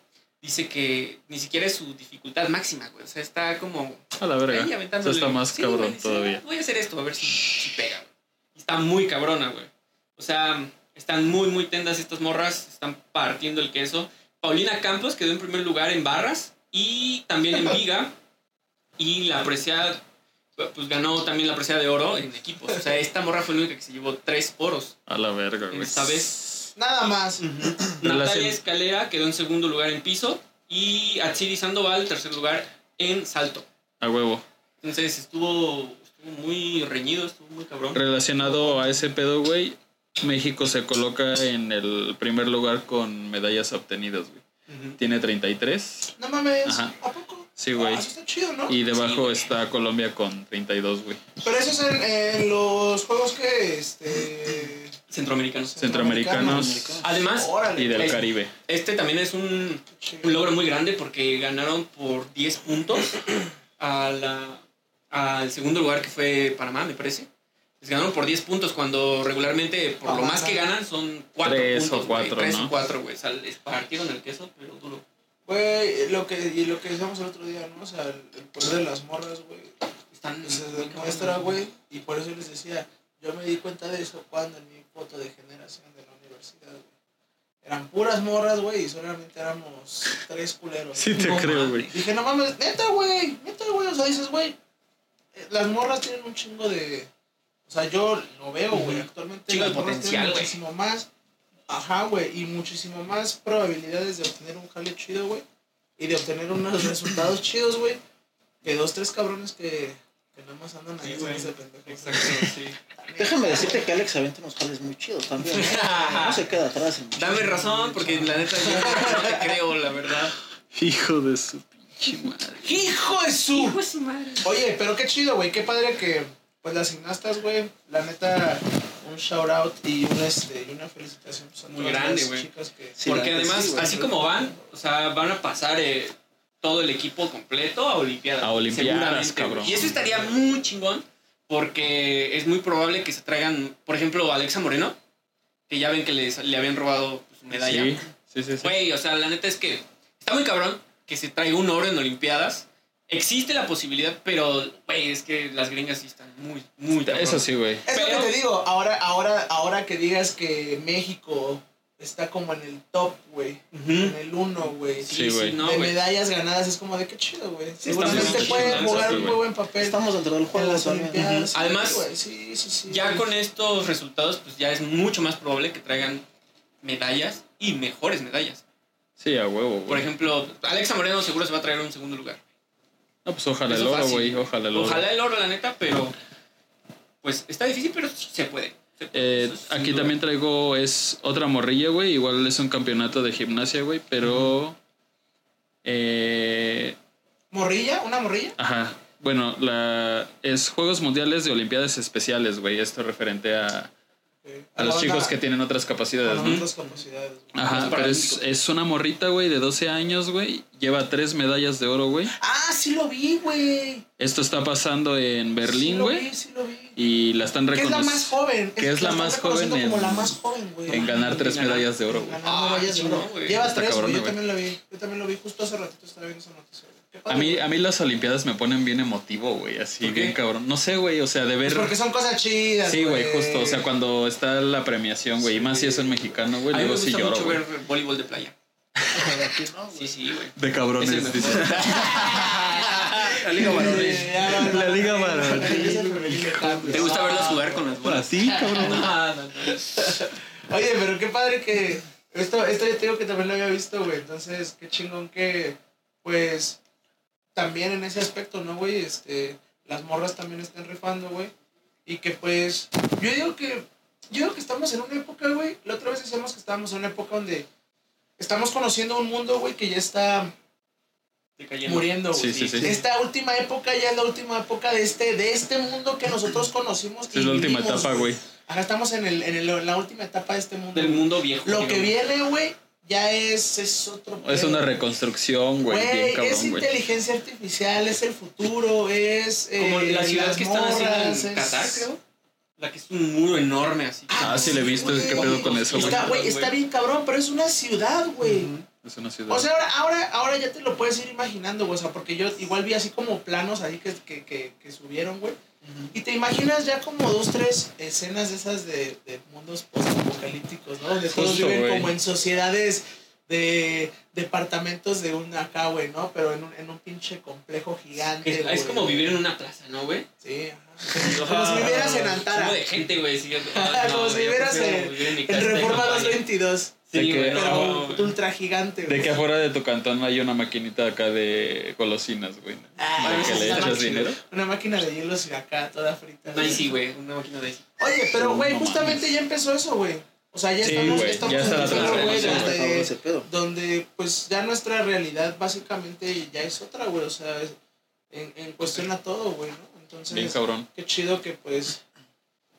Dice que ni siquiera es su dificultad máxima, güey. O sea, está como A la Ahí verga. Eso aventándole. está más Sí, cabrón güey, sí, todavía. Voy a hacer esto, a ver si, si pega. güey. Y Está muy cabrona, güey. O sea, están muy, muy tendas estas morras. Están partiendo el queso. Paulina Campos quedó en primer lugar en barras y también en viga. Y la preciada, pues ganó también la preciada de oro en equipos. O sea, esta morra fue la única que se llevó tres oros. A la verga, En güey. esta vez. Nada más. Natalia Relación- Escalera quedó en segundo lugar en piso y Atsiri Sandoval tercer lugar en salto. A huevo. Entonces estuvo, estuvo muy reñido, estuvo muy cabrón. Relacionado a ese pedo, güey, México se coloca en el primer lugar con medallas obtenidas, güey. Ujú. Tiene 33. No mames. Ajá. ¿A poco? Sí, güey. Ah, eso está chido, ¿no? Y Sí, debajo güey. está Colombia con 32, güey. Pero eso es en, en los juegos que este. Centroamericanos. Centroamericanos. Centroamericanos. Además, Órale. Y del Es- Caribe. este también es un, Sí. un logro muy grande porque ganaron por 10 puntos a la- al segundo lugar que fue Panamá, me parece. Les ganaron por 10 puntos cuando regularmente por lo más que ganan son 4 Tres puntos. o güey, cuatro, tres ¿no? o 4, güey. O sea, les partieron el queso, pero duro. Güey, lo que, y lo que decíamos el otro día, ¿no? O sea, el, el poder de las morras, güey. pues, Están Se muy eh, demuestra, cabrones, güey. Y por eso les decía, yo me di cuenta de eso cuando en mi foto de generación de la universidad, güey. Eran puras morras, güey, y solamente éramos tres culeros. Sí te No creo, mames. güey. Dije, no mames, neta, güey, neta, güey. O sea, dices, güey, eh, las morras tienen un chingo de. O sea, yo lo veo, güey, Ujú. actualmente. Chingo las de morras potencial, tienen güey. Muchísimo más. Ajá, güey, y muchísimo más probabilidades de obtener un jale chido, güey. Y de obtener unos resultados chidos, güey. Que dos, tres cabrones que, que nada más andan Sí, ahí, güey, güey. ese pendejo. Exacto, sí. Déjame decirte que Alex avienta unos jales muy chidos también. ¿eh? No, No se queda atrás. en Dame muchos. razón porque la neta yo no te creo, la verdad. Hijo de su pinche madre. ¡Hijo de su! Hijo de su madre. Oye, pero qué chido, güey. Qué padre que pues las gimnastas, güey. La neta, un shout out y un este y una felicitación pues, a Muy todas grande, las güey. chicas que Sí, Porque la neta, además, sí, güey. así como van, o sea, van a pasar eh, todo el equipo completo a Olimpiadas. A Olimpiadas, seguramente, cabrón. güey. Y eso estaría muy chingón porque es muy probable que se traigan, por ejemplo, Alexa Moreno, que ya ven que les, le habían robado pues, su medalla. Sí, sí, sí. sí. Güey, o sea, la neta es que está muy cabrón que se traiga un oro en Olimpiadas. Existe la posibilidad, pero, güey, es que las gringas sí están muy, muy cabrón. Eso sí, güey. Es Pero- lo que te digo, ahora, ahora, ahora que digas que México está como en el top, güey. Ujú. En el uno, güey. Sí, Sí, sí, güey. no, de güey. medallas ganadas, es como de qué chido, güey. Seguramente muy pueden chido, jugar sí, un muy güey. buen papel. Estamos dentro del en juego las también. Olimpiadas. Ujú. Además, güey, sí, sí, Pues, sí. Pues Ya con estos resultados, pues ya es mucho más probable que traigan medallas y mejores medallas. Sí, a huevo, güey. Por ejemplo, Alexa Moreno seguro se va a traer un segundo lugar. No, pues ojalá el Eso oro, fácil. güey. Ojalá el oro. Ojalá el oro, la neta, pero pues está difícil, pero sí se puede. Se puede. Eh, Eso es sin aquí duda. también traigo es otra morrilla, güey. Igual es un campeonato de gimnasia, güey. Pero. Eh, ¿Morrilla? ¿Una morrilla? ajá. Bueno, la, es Juegos Mundiales de Olimpiadas Especiales, güey. Esto referente a, Ok. a los Ahora chicos van que tienen otras Con capacidades, ¿no? otras capacidades. güey. Ajá, Los pero es, paralímpicos. es una morrita, güey, de 12 años, güey. Lleva tres medallas de oro, güey. Ah, sí lo vi, güey. Esto está pasando en Sí Berlín, lo güey. vi, sí lo vi. Y la están Que es la más reconociendo joven. que es la están más reconociendo joven como en- la más joven, güey. en ganar tres Ganar. medallas de oro, güey. Ganando Ah, medallas de chingón, oro. güey. Lleva Está tres, cabrón, güey. Yo güey. también lo vi. Yo también lo vi. Justo hace ratito estaba viendo esa noticia. güey. Qué A padre, mí, güey. a mí las Olimpiadas me ponen bien emotivo, güey. Así, ¿Por qué? bien cabrón. No sé, güey. O sea, de ver. Pues porque son cosas chidas. Sí, güey, justo. O sea, cuando está la premiación, güey. Y más si es un mexicano, güey. A mí me Luego gusta sí lloro. mucho güey. ver voleibol de playa. Aquí no, güey. Sí, sí, güey. De Es el cabrones, mejor. dice. La Liga Sí, ya, ya, ya. La Liga Varonil. La Liga Varonil. ¿Te gusta verlos jugar con las Para bolas? ti, cabrón. No, no, no. Oye, pero qué padre que. Esto, esto yo te digo que también lo había visto, güey. Entonces, qué chingón que. Pues. también en ese aspecto, ¿no, güey? Este, las morras también estén rifando, güey. Y que pues, yo digo que, yo digo que estamos en una época, güey. La otra vez decíamos que estábamos en una época donde estamos conociendo un mundo, güey, que ya está Decayendo. muriendo, güey. Sí, sí, sí. Esta última época ya es la última época de este, de este mundo que nosotros conocimos. Esta es la última vivimos, etapa, güey. Ajá, estamos en, el, en, el- en la última etapa de este mundo. Del güey. mundo viejo. Lo que digamos. viene, güey, ya es, es otro. Es pedo. una reconstrucción, güey. Bien Güey, es cabrón, güey. inteligencia artificial, es el futuro, es. eh, Como la ciudad las que están haciendo en morras, es- Qatar, creo. La que es un muro enorme así. Ah, sí, le he visto, güey. qué pedo con eso, güey. Está, güey, está bien cabrón, pero es una ciudad, güey. Es una ciudad. O sea, ahora, ahora, ahora ya te lo puedes ir imaginando, güey. O sea, porque yo igual vi así como planos ahí que, que, que, que subieron, güey. Y te imaginas ya como dos, tres escenas de esas de, de mundos postapocalípticos, ¿no? Donde todos Justo, viven güey. como en sociedades de departamentos de un acá, güey, ¿no? Pero en un, en un pinche complejo gigante. Es, es güey. como vivir en una plaza, ¿no, güey? Sí, ajá. Como si vivieras en Antara. Como de gente, güey. sí, yo- Como si güey, yo vivieras prefiero en- vivir mi El casa de Reforma campaña. 222. Sí, De que- güey, Pero no, güey. ultra gigante, güey. De que afuera de tu cantón hay una maquinita acá de golosinas, güey. Ah, de que eso le está echas chido. dinero. Una máquina de hielos y acá, toda frita. No, ahí sí, güey. Una máquina de "Ah". ahí. Oye, pero, No güey, mames. justamente ya empezó eso, güey. O sea, ya Sí, estamos, güey, estamos ya está la en un mundo, güey, transformación, por favor, donde, ese pedo. donde, pues, ya nuestra realidad básicamente ya es otra, güey. O sea, es- en, en cuestión a todo, güey, ¿no? Bien Entonces, cabrón. qué chido que, pues,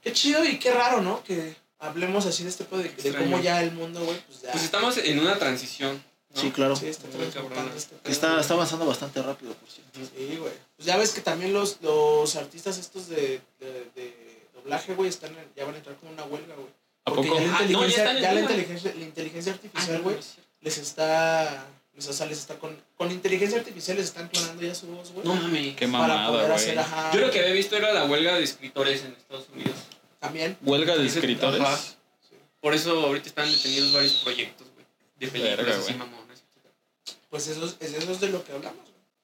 qué chido y qué raro, ¿no? Que hablemos así de este pedo, de, de Extraño. cómo ya el mundo, güey, pues ya... Pues estamos en una transición. ¿no? Sí, claro. sí, está Muy transformando cabrón. este Que pedo, está, güey. está avanzando bastante rápido, por cierto. Sí, güey. Pues ya ves que también los, los artistas estos de, de, de doblaje, güey, están en- ya van a entrar con una huelga, güey. ¿A Porque poco? Ya, la Ah, no, ya inteligencia, están en ya la, huelga. inteligencia, la inteligencia Ah, artificial, no, güey, no es cierto. les está... les- o sea, les está con, con inteligencia artificial les están clonando ya su voz, güey. No mames. Qué para poder mamada, güey. hacer, ajá. Yo lo que había visto era la huelga de escritores en Estados Unidos. También. Huelga de Ese- ajá. escritores. Por eso ahorita están detenidos varios proyectos, güey. De Verga, películas así, güey. mamonas. Pues eso es, eso es de lo que hablamos,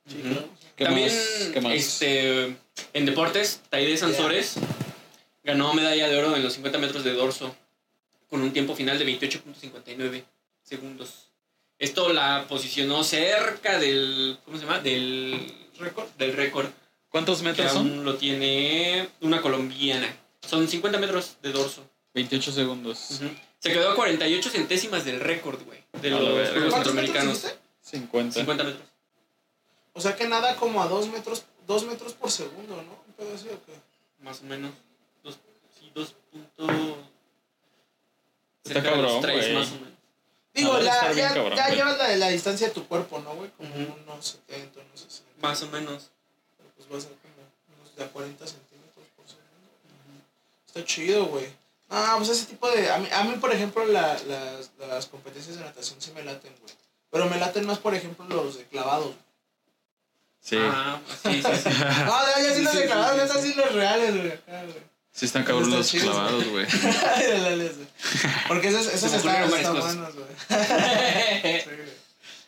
güey. Ujú. ¿Qué También, más? ¿Qué más? este, en deportes, Taide Sansores ganó medalla de oro en los 50 metros de dorso con un tiempo final de 28.59 segundos. Esto la posicionó cerca del, ¿cómo se llama? Del Récord. del récord. ¿Cuántos Que metros son? aún lo tiene una colombiana. Son 50 metros de dorso. 28 segundos. Ujú. Se quedó a 48 centésimas del récord, güey. De A la los verga. Juegos ¿Cuántos metros Centroamericanos. dijiste? 50. 50 metros. O sea que nada como a dos metros, dos metros por segundo, ¿no? Un pedo así, ¿o qué? Más o menos. Dos, sí, dos punto... Está cerca de los cabrón, tres, güey. más o menos. Digo, Ah, debe la, estar bien ya, cabrón, ya güey. llevas la de la distancia de tu cuerpo, ¿no, güey? Como Ujú. unos 70, unos 60. Más o menos. Pero pues va a ser como unos de a 40 centímetros por segundo. Está chido, güey. Ah, pues ese tipo de... A mí, a mí, por ejemplo, la- las, las competencias de natación sí me laten, güey. Pero me laten más, por ejemplo, los de clavados. Sí. Ah, sí, sí, sí. No, ya, ya sí Sí, los sí, de sí, clavados, sí, ya sí. están sí los reales, güey. acá, güey. Sí están cabrón Está los chido. clavados, güey. Reales, güey. Porque esos, esos Se me están, ocurrieron varias están cosas. buenos, güey. Sí, güey.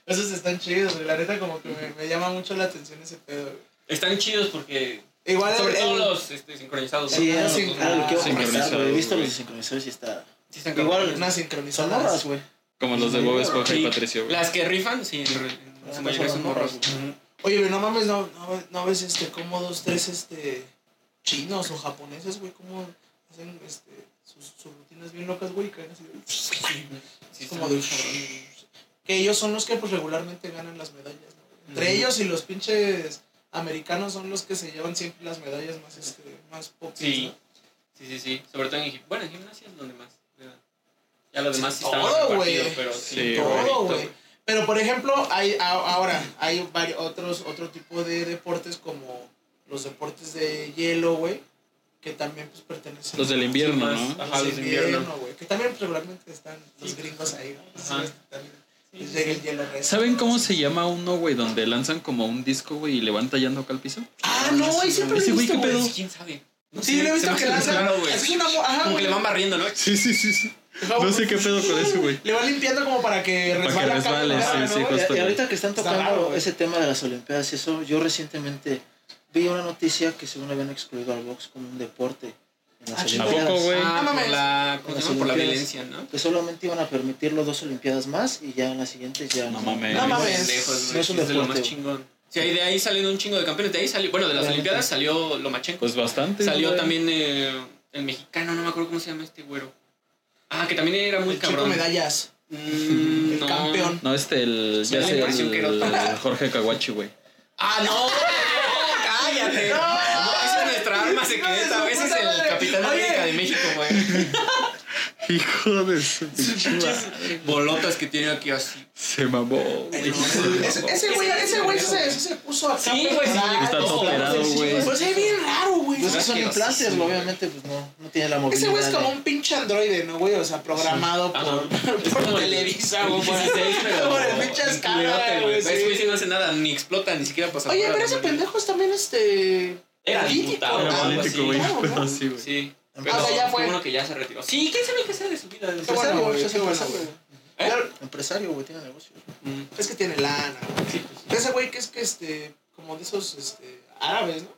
Esos están chidos, güey. La neta como que me, me llama mucho la atención ese pedo, güey. Están chidos porque... Igual Sobre el- todo el- los este, sincronizados. Sí, ¿no? era Los lo, sin- dos, era lo que iba a ¿no? sincronizado, comentar, güey. He visto güey. los sincronizadores y está... Sí, están Igual, cabrones. unas Son sincronizadas. morras, güey. Como los de Bob Esponja Sí. y Patricio, güey. Las que rifan, sí, en su mayoría son morros. Ujú. Oye, güey, no mames, no, no, no ves este como dos, tres este chinos o japoneses, güey, cómo hacen este sus, sus rutinas bien locas, güey, y caen así. Sí, como están de que ellos son los que pues regularmente ganan las medallas, ¿no? Entre Ujú. ellos y los pinches americanos son los que se llevan siempre las medallas más este más pocas. Sí. ¿no? Sí, sí, sí. Sobre todo en gimnasia. Bueno, en gimnasia es donde más. le dan. Ya los demás sí Todo, estaban repartidos, güey. pero Sí, sí. Todo, favorito, güey. Pero por ejemplo, hay a- ahora hay varios otros otro tipo de deportes como los deportes de hielo, güey, que también pues pertenecen Los del a- invierno, más- ¿no? Ajá, los de invierno. güey. Que también pues, regularmente están los Sí. gringos ahí, ¿no? Ajá. Sí, también. Sí, Les sí, llega sí. el hielo recio. ¿Saben cómo se llama uno, güey, donde lanzan como un disco, güey, y le van tallando acá al piso? Ah, no, güey, siempre Ese lo he güey, visto, ¿qué güey. pedo? ¿Quién sabe? No Sí, sé, lo he se visto me que hace lanzan. raro, güey. Así una mo- ajá, Como que güey. le van barriendo, ¿no? Sí, sí, sí, sí. No sé qué pedo con eso, güey. Le van limpiando como para que que resbale. acá, resbale, ¿no? sí, Ah, sí, ¿no? justo. Y- Y ahorita que están Está tocando raro, güey. ese tema de las Olimpiadas y eso, yo recientemente vi una noticia que según habían excluido al box como un deporte en las Ah, chinga. ¿A Olimpiadas. poco, güey? Ah, No por mames. la, ¿cómo se llama? por la Las violencia, ¿no? Que solamente iban a permitirlo dos Olimpiadas más y ya en las siguientes ya No mames. No mames. Lejos, No güey. es sí, un es de lo más deporte. chingón. Sí, ahí de ahí salen un chingo de campeones. De ahí salió, bueno, de las Obviamente. Olimpiadas salió Lomachenko. Pues bastante. Salió güey. también eh, el mexicano, no me acuerdo cómo se llama este güero. Ah, que también era muy El chico cabrón. medallas. Mm, El no. campeón. No, este, el. Ya Me da la sé, impresión que el, no. el Jorge Caguachi, güey. Ah, no, cállate. No, esa es nuestra arma secreta. su güey. Ese es puta el madre. Capitán Oye. América de México, güey. Hijo de su. Bolotas que tiene aquí así. Se mamó. güey. Ese ese güey, ese güey se, se puso acá. Sí, güey, sí. pegado. Está todo operado, güey. Pues es bien raro, güey. Pues que son Asquerosísimo, implantes, güey. obviamente, pues no, no tiene la movilidad. Ese güey es como de- un pinche androide, ¿no, güey? O sea, programado Ah, por, no. Es por como el- Televisa, el güey. 16, pero Por el pinche en escala, culerote, güey, Ese güey sí. sí no hace nada, ni explota, ni siquiera pasa Oye, por pero la ese madre. pendejo es también este. Era diputado, ¿no? era Algo político, así. güey, Claro, pero ¿no? sí, güey. Sí. Ah, Pero o sea, ya fue. Bueno, que ya se retiró. Sí, ¿quién sabe qué sea de su vida? Qué bueno, Empresario, güey, qué güey, bueno, es empresario, güey. ¿Eh? Claro, Empresario, güey, tiene negocio. Mm, Es que tiene lana, güey. sí, pues sí. Ese güey que es que este. Como de esos este, árabes, ¿no?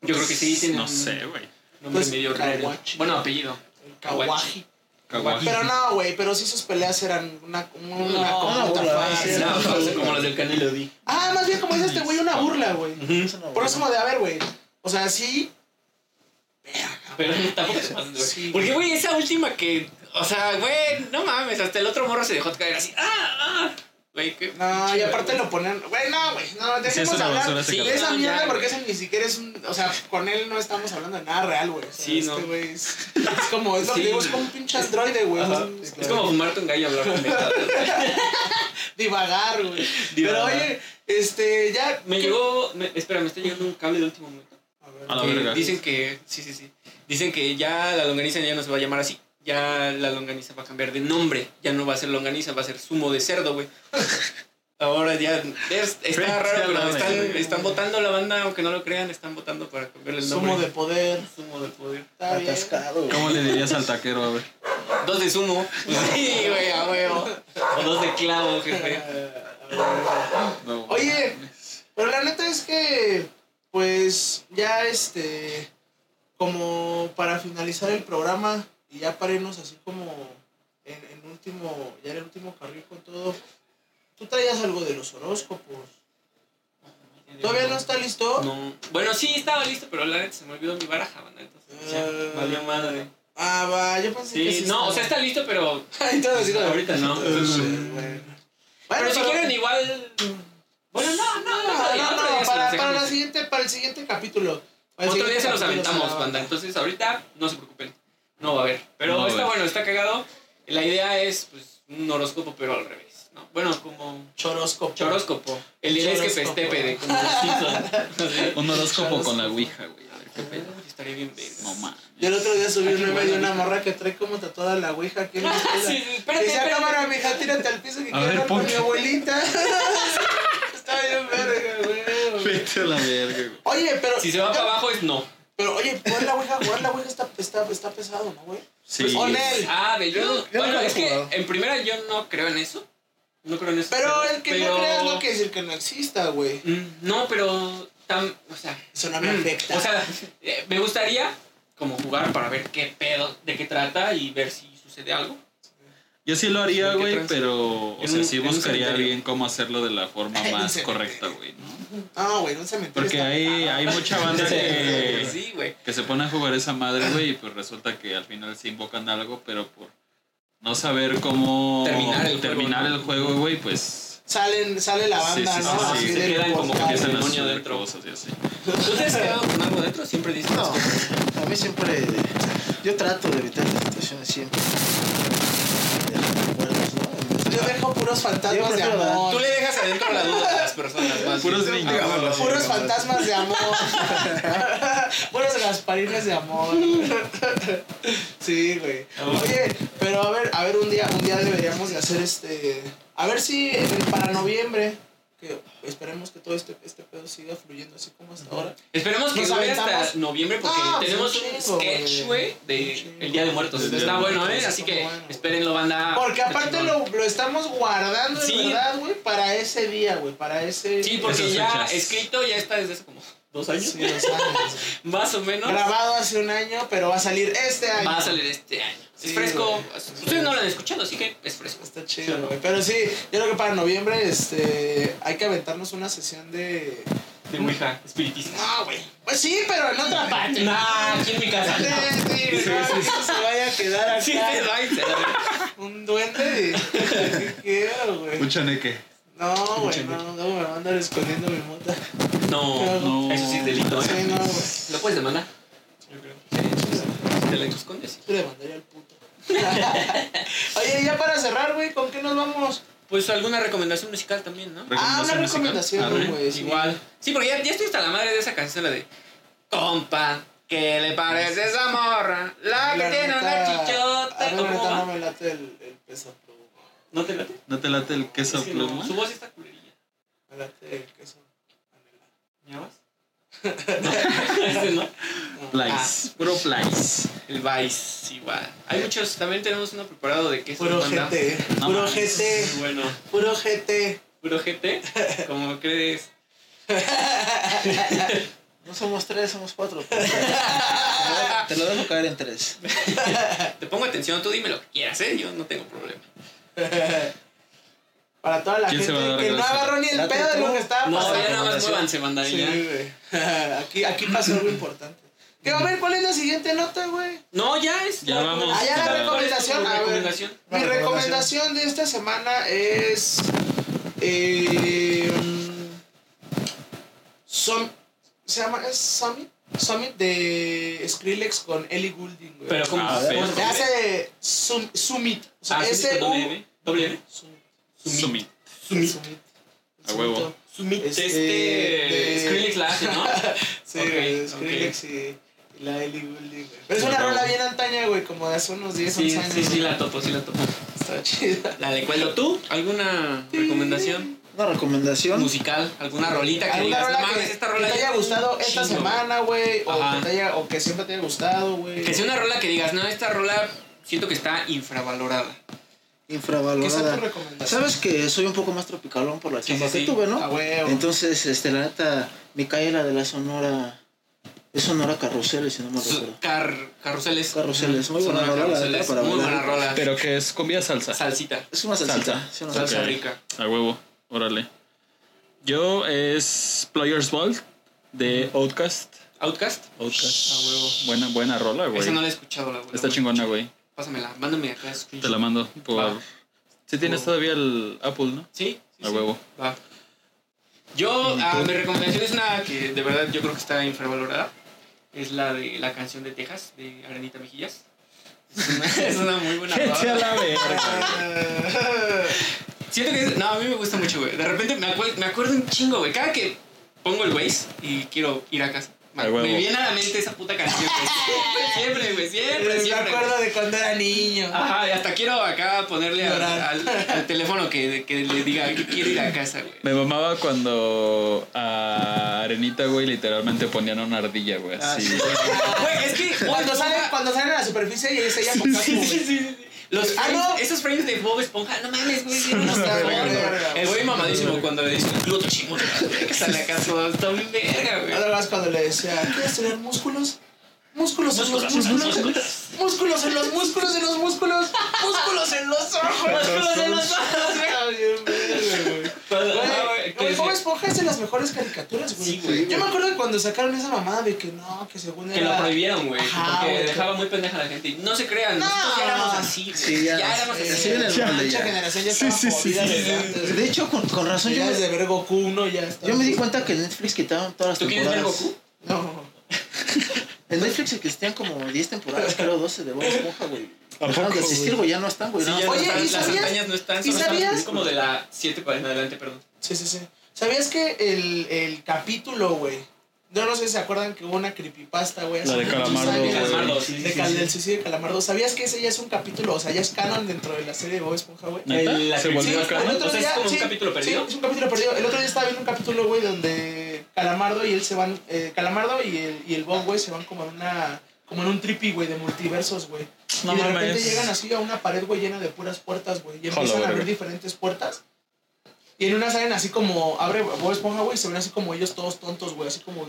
Yo creo que sí tiene No un sé, güey. nombre Pues, medio raro. Kawachi. Bueno, apellido. El kawaji. Caguachi. Pero no, güey, pero sí sus peleas eran una, una, No, una una burla, farsa. sí, Ah, No, no, o sea, como las del Canelo di. Ah, más bien como dice este güey, una burla, güey. Es una Por buena- eso como de, a ver, güey. O sea, sí, Pero tampoco te pases, güey. Sí. Porque, güey, esa última que. O sea, güey, no mames, hasta el otro morro se dejó caer así. ¡Ah! ah! Güey, qué. No, y aparte lo ponen. Güey, no, güey. No, Sí, es dejemos una hablar basura de ese Sí, cabrón. esa No, mierda ya, porque güey. ese ni siquiera es un. O sea, con él no estamos hablando de nada real, güey. O sea, Sí, este no. güey es, es como. Es lo Sí. que digo, es como un pinche androide, güey. Ajá. Es- Es como fumarte un gallo y hablar con Divagar, güey. Pero Divagar. oye, este, ya. Me llegó. me- espera, me está llegando un cable de último momento. A ver. A la Que verga. Dicen que. Sí, sí, sí. Dicen que ya la longaniza ya no se va a llamar así. Ya la longaniza va a cambiar de nombre. Ya no va a ser longaniza, va a ser zumo de cerdo, güey. Ahora ya. es- está Frente a raro, pero la están, verga. están votando la banda, aunque no lo crean, están votando para cambiarle el nombre. Sumo de poder. Zumo de poder. Está bien. Atascado, güey. ¿Cómo le dirías al taquero, a ver? Dos de sumo. Sí, güey, a huevo. O dos de clavo, jefe. Eh, a ver. No. Oye, pero la neta es que, pues, ya este, como para finalizar el programa y ya para irnos así como en, en último, ya en el último carril con todo, tú traías algo de los horóscopos. ¿Todavía no está listo? No. Bueno, sí, estaba listo, pero la neta se me olvidó mi baraja, banda. Entonces, Eh. ya, valió madre. Ah, va, yo pensé que Sí, no, o sea, está listo, pero Entonces, digo, ahorita no. Entonces, bueno. Pero Bueno, si pero- quieren, igual. Bueno, no, no, no, No, otro día, no, otro día no, se para, los para, la dejamos. siguiente, para el siguiente capítulo. Para el Otro día siguiente se los capítulo aventamos, la- banda. Entonces, ahorita no se preocupen. No va a haber. Pero No va a está haber. bueno, está cagado. La idea es pues, un horóscopo, pero al revés. ¿no? Bueno, como Choróscopo. choróscopo. El idea es que Choróscopo. pestepe de como los Simpsons. Un horóscopo con la ouija, güey. A ver qué pedo. Estaría bien verga. No mames. Yo el otro día subí Aquí un meme huele de una mucho. morra que trae como tatuada la ouija aquí en la Ah, escuela. sí, sí, espérate, Que decía, espérate. cámara, mija, tírate al piso que A quiero ver, hablar con ¿por mi qué? abuelita. Está bien verga, güey, güey. Vete a la verga, güey. Oye, pero... Si se va para abajo es no. Pero, oye, jugar la ouija, jugar la ouija está, está, está pesado, ¿no, güey? Pues, Sí. Con él. Ah, de Yo- yo. yo Bueno, nunca he es que jugado. en primera yo no creo en eso. No creo en eso. Pero el que pero- no creas no quiere decir que no exista, güey. Mm, No, pero. Tan, o sea. Eso no me mm, afecta. O sea, eh, me gustaría como jugar para ver qué pedo, de qué trata y ver si sucede algo. Yo sí lo haría, Sí, ¿qué güey, trans? pero. O En sea, un- sí en un buscaría cementerio. bien cómo hacerlo de la forma En un más cementerio. correcta, güey, ¿no? No, güey, no se me Porque hay, hay mucha banda que. Sí, güey. que se pone a jugar esa madre, güey, y pues resulta que al final se invocan algo, pero por no saber cómo Terminar el terminar juego, el juego, güey, pues Salen, sale la banda, Sí, sí, ¿no? sí, sí, Así se del quedan como portal. que empiezan a Ah, demonio hacer dentro. cosas y así. ¿Tú te has quedado con algo dentro? Siempre dices. No, a mí siempre. Yo trato de evitar las situaciones siempre. De los recuerdos, ¿no? Yo dejo puros Yo fantasmas de prefiero dar- Tú amor. le dejas adentro la duda a las personas. más Puros bien. niños. Puros fantasmas de amor. Puros gasparines de amor. Sí, güey. Ah, Oye, pero a ver, a ver, un día, un día deberíamos de hacer este. A ver si eh, para noviembre, que esperemos que todo este, este pedo siga fluyendo así como hasta ahora. Esperemos que Nos dure hasta aventamos. noviembre porque Ah, pues tenemos un un chingo, sketch, güey. güey, Un de chingo. El Día de Muertos. Del Día Está de bueno, Muertos, ¿eh? está Así que muy bueno, güey. espérenlo, banda. Porque Está aparte Ah, chingón. lo, lo estamos guardando en Sí. verdad, güey, para ese día, güey, para ese. Sí, porque Esas ya fechas. escrito ya está desde hace como ¿Dos años? Sí, dos años, güey. Más o menos. Grabado hace un año, pero va a salir este año. Va a salir este año. Sí, es fresco. güey. Ustedes no lo han escuchado, así que es fresco. Está chido, güey. Pero sí, yo creo que para noviembre este, hay que aventarnos una sesión de. De Ouija, espiritista. No, güey. Pues sí, pero en otra parte. Nah, aquí en mi casa. Sí, sí, no, eso se vaya a quedar acá. Sí, se doy, se doy. Un duende. ¿Qué quiero, güey? Un chaneque. No, güey, no, no, me van a andar escondiendo mi mota. No, No. eso sí es delito. ¿eh? Sí, no, güey. ¿Lo puedes demandar? Yo creo. Sí, te la escondes. Yo le mandaría al puto. Oye, ya para cerrar, güey, ¿con qué nos vamos? Pues alguna recomendación musical también, ¿no? Ah, una recomendación, Arre. güey. sí. Igual. Sí, porque ya, ya estoy hasta la madre de esa canción, la de Compa, ¿qué le parece esa morra? Ah, La que tiene una neta- A chichota. mí, la ¿Cómo neta, no va? me late el, el peso pluma. ¿No te late? ¿No te late el queso Es que no, pluma? Su voz está culerilla. Me late el queso. panela. ¿Ya vas? No, ese Este, no. Plays. Ah. Puro plays. El Vice, igual. Hay muchos, también tenemos uno preparado de queso. Puro banda. GT, No puro mames. GT, Bueno, puro GT. puro GT, como crees. No somos tres, somos cuatro. pues. Te lo dejo caer en tres. Te pongo atención, tú dime lo que quieras, ¿eh? Yo no tengo problema. Para toda la ¿Quién gente se va a dar que no gracias? agarró ni el Late pedo de lo tú. que estaba No, pasando. ya nada más muévanse, banda. Sí, ya. güey. Aquí, aquí pasó algo importante. Que, a ver, ¿cuál es la siguiente nota, güey? No, ya es. Ya vamos. Ah, ya la Para- recomendación. ¿Cuál es tu a ver. recomendación? Mi La recomendación de esta semana es. eh, Som- ¿Se llama? ¿Es Summit? Summit de Skrillex con Ellie Goulding, güey. Pero como. Ah, pero- Le Pues hace Sum- Summit. O sea, Pues Ah, sí, S con doble M, doble M. Sumi. Summit. Summit. A huevo. Sumit. Este. Este, de- Skrillex la hace, ¿no? Sí, Ok, güey, ok. Skrillex y- y la Ellie Goulding, güey. Pero es una Wow. rola bien antaña, güey, como de hace unos 10, Sí, 11 años. sí, sí, güey. la topo, sí, la topo. Está chida. La de cuello. ¿Tú? ¿Alguna recomendación Una recomendación. musical? ¿Alguna rolita que ¿Alguna digas? rola "No mames, que, esta rola que te es haya un gustado esta chingo"? semana, güey? O, Ajá. que te haya- o que siempre te haya gustado, güey. Que sea una rola que digas, no, esta rola siento que está infravalorada. ¿Qué sea tu Infravalorada. recomendación? Sabes que soy un poco más tropicalón por la Sí, chamba sí, sí. que tuve, A ¿no? huevo. Entonces, este, la neta, Micaela de la Sonora. Es Sonora Carrusel, si no me recuerdo. Car carruseles. Carruseles, muy buena Sonora rola, la Carruseles, neta, para Muy buena bailar. rola. Pero que es comida salsa. Salsita. Es una salsita. Salsa. sí, una Salsa Ok. rica. A huevo. Órale. Yo es Players Vault de Outcast. Outcast. Outcast. Ah, A huevo. Buena, buena rola, güey. Esa no la he escuchado, la güey. Ah. Está chingona, güey. Pásamela, mándame acá. Te screenshot. la mando por... Va. Si tienes todavía el Apple, ¿no? Sí. sí, A sí. huevo. Va. Yo, pues. ah, mi recomendación es una que de verdad yo creo que está infravalorada. Es la de la canción de Texas, de Arenita Mejillas. Es una, es una muy buena rola. Siento que es- No, a mí me gusta mucho, güey. De repente me, acue- me acuerdo un chingo, güey. Cada que pongo el Waze y quiero ir a casa, me, A huevo. me viene a la mente esa puta canción, güey. Siempre, güey, siempre, Eh, Me siempre. güey. acuerdo de cuando era niño. Ajá, y hasta quiero acá ponerle al, Llorar. al, al teléfono que, que le diga que quiero ir a casa, güey. Me mamaba cuando a Arenita, güey, literalmente ponían una ardilla, güey. Ah, Así. sí. Güey, es que Cuando sale, Esponja- cuando sale a la superficie y es ella con casco, Ah. Sí, sí, güey. sí, sí. Los Ah, frames- no. esos frames de Bob Esponja, no mames, güey, sí, no nos Verga, cabrón, güey. verga. El güey mamadísimo cuando le dice, lo chimo, que sale acá todo, está bien verga, güey. Nada más cuando le decía, ¿quieres estudiar músculos? Músculos en los Músculos en los músculos. Músculos en los músculos en los músculos. Músculos en los ojos. Músculos en los ojos, güey. Cuando- ah, Güey, güey, que güey, es- Bob Esponja es de las mejores caricaturas, güey. Sí, güey. Yo me acuerdo de cuando sacaron esa mamada de que no, que según Que era. lo prohibieron, güey, Ajá, porque güey. dejaba muy pendeja a la gente. No se crean, nosotros ya éramos así, güey. Sí, ya. ya. éramos Eh, Sí, en el así. ya, molde mucha ya. generación ya estaba jodida desde antes, De hecho, con, con razón güey. yo Ya desde me, ver Goku 1 ya está. yo me di cuenta que en Netflix quitaban todas las ¿Tú quieres ver temporadas. Goku? No. En Netflix existían como 10 temporadas, creo 12 de Bob Esponja, güey. Dejaron de existir, güey, ya no están, güey. Sí, nada ya más. Pues no Oye, están, ¿y las sabías? antañas no están, ¿Y solo están sabías? como de la 7 para en adelante, perdón. Sí, sí, sí. ¿Sabías que el, el capítulo, güey? No, no sé si se acuerdan que hubo una creepypasta, güey. hace La de muchos Calamardo, años. güey. Calamardo, sí, De sí, Cal- sí. Del suicidio de Calamardo. ¿Sabías que ese ya es un capítulo? O sea, ya es canon dentro de la serie de Bob Esponja, güey. ¿Neta? El- la ¿Se que- volvió sí, acá? o sea, es día- como sí, un capítulo perdido. Sí, es un capítulo perdido. El otro día estaba viendo un capítulo, güey, donde Calamardo y él se van. eh, Calamardo y el, y el Bob, güey, se van como en una. Como en un tripi, güey, de multiversos, güey. No y de repente mames. llegan así a una pared, güey, llena de puras puertas, güey. Y empiezan a verga. abrir diferentes puertas. Y en una salen así como, abre Bob Esponja, güey, y se ven así como ellos todos tontos, güey, así como...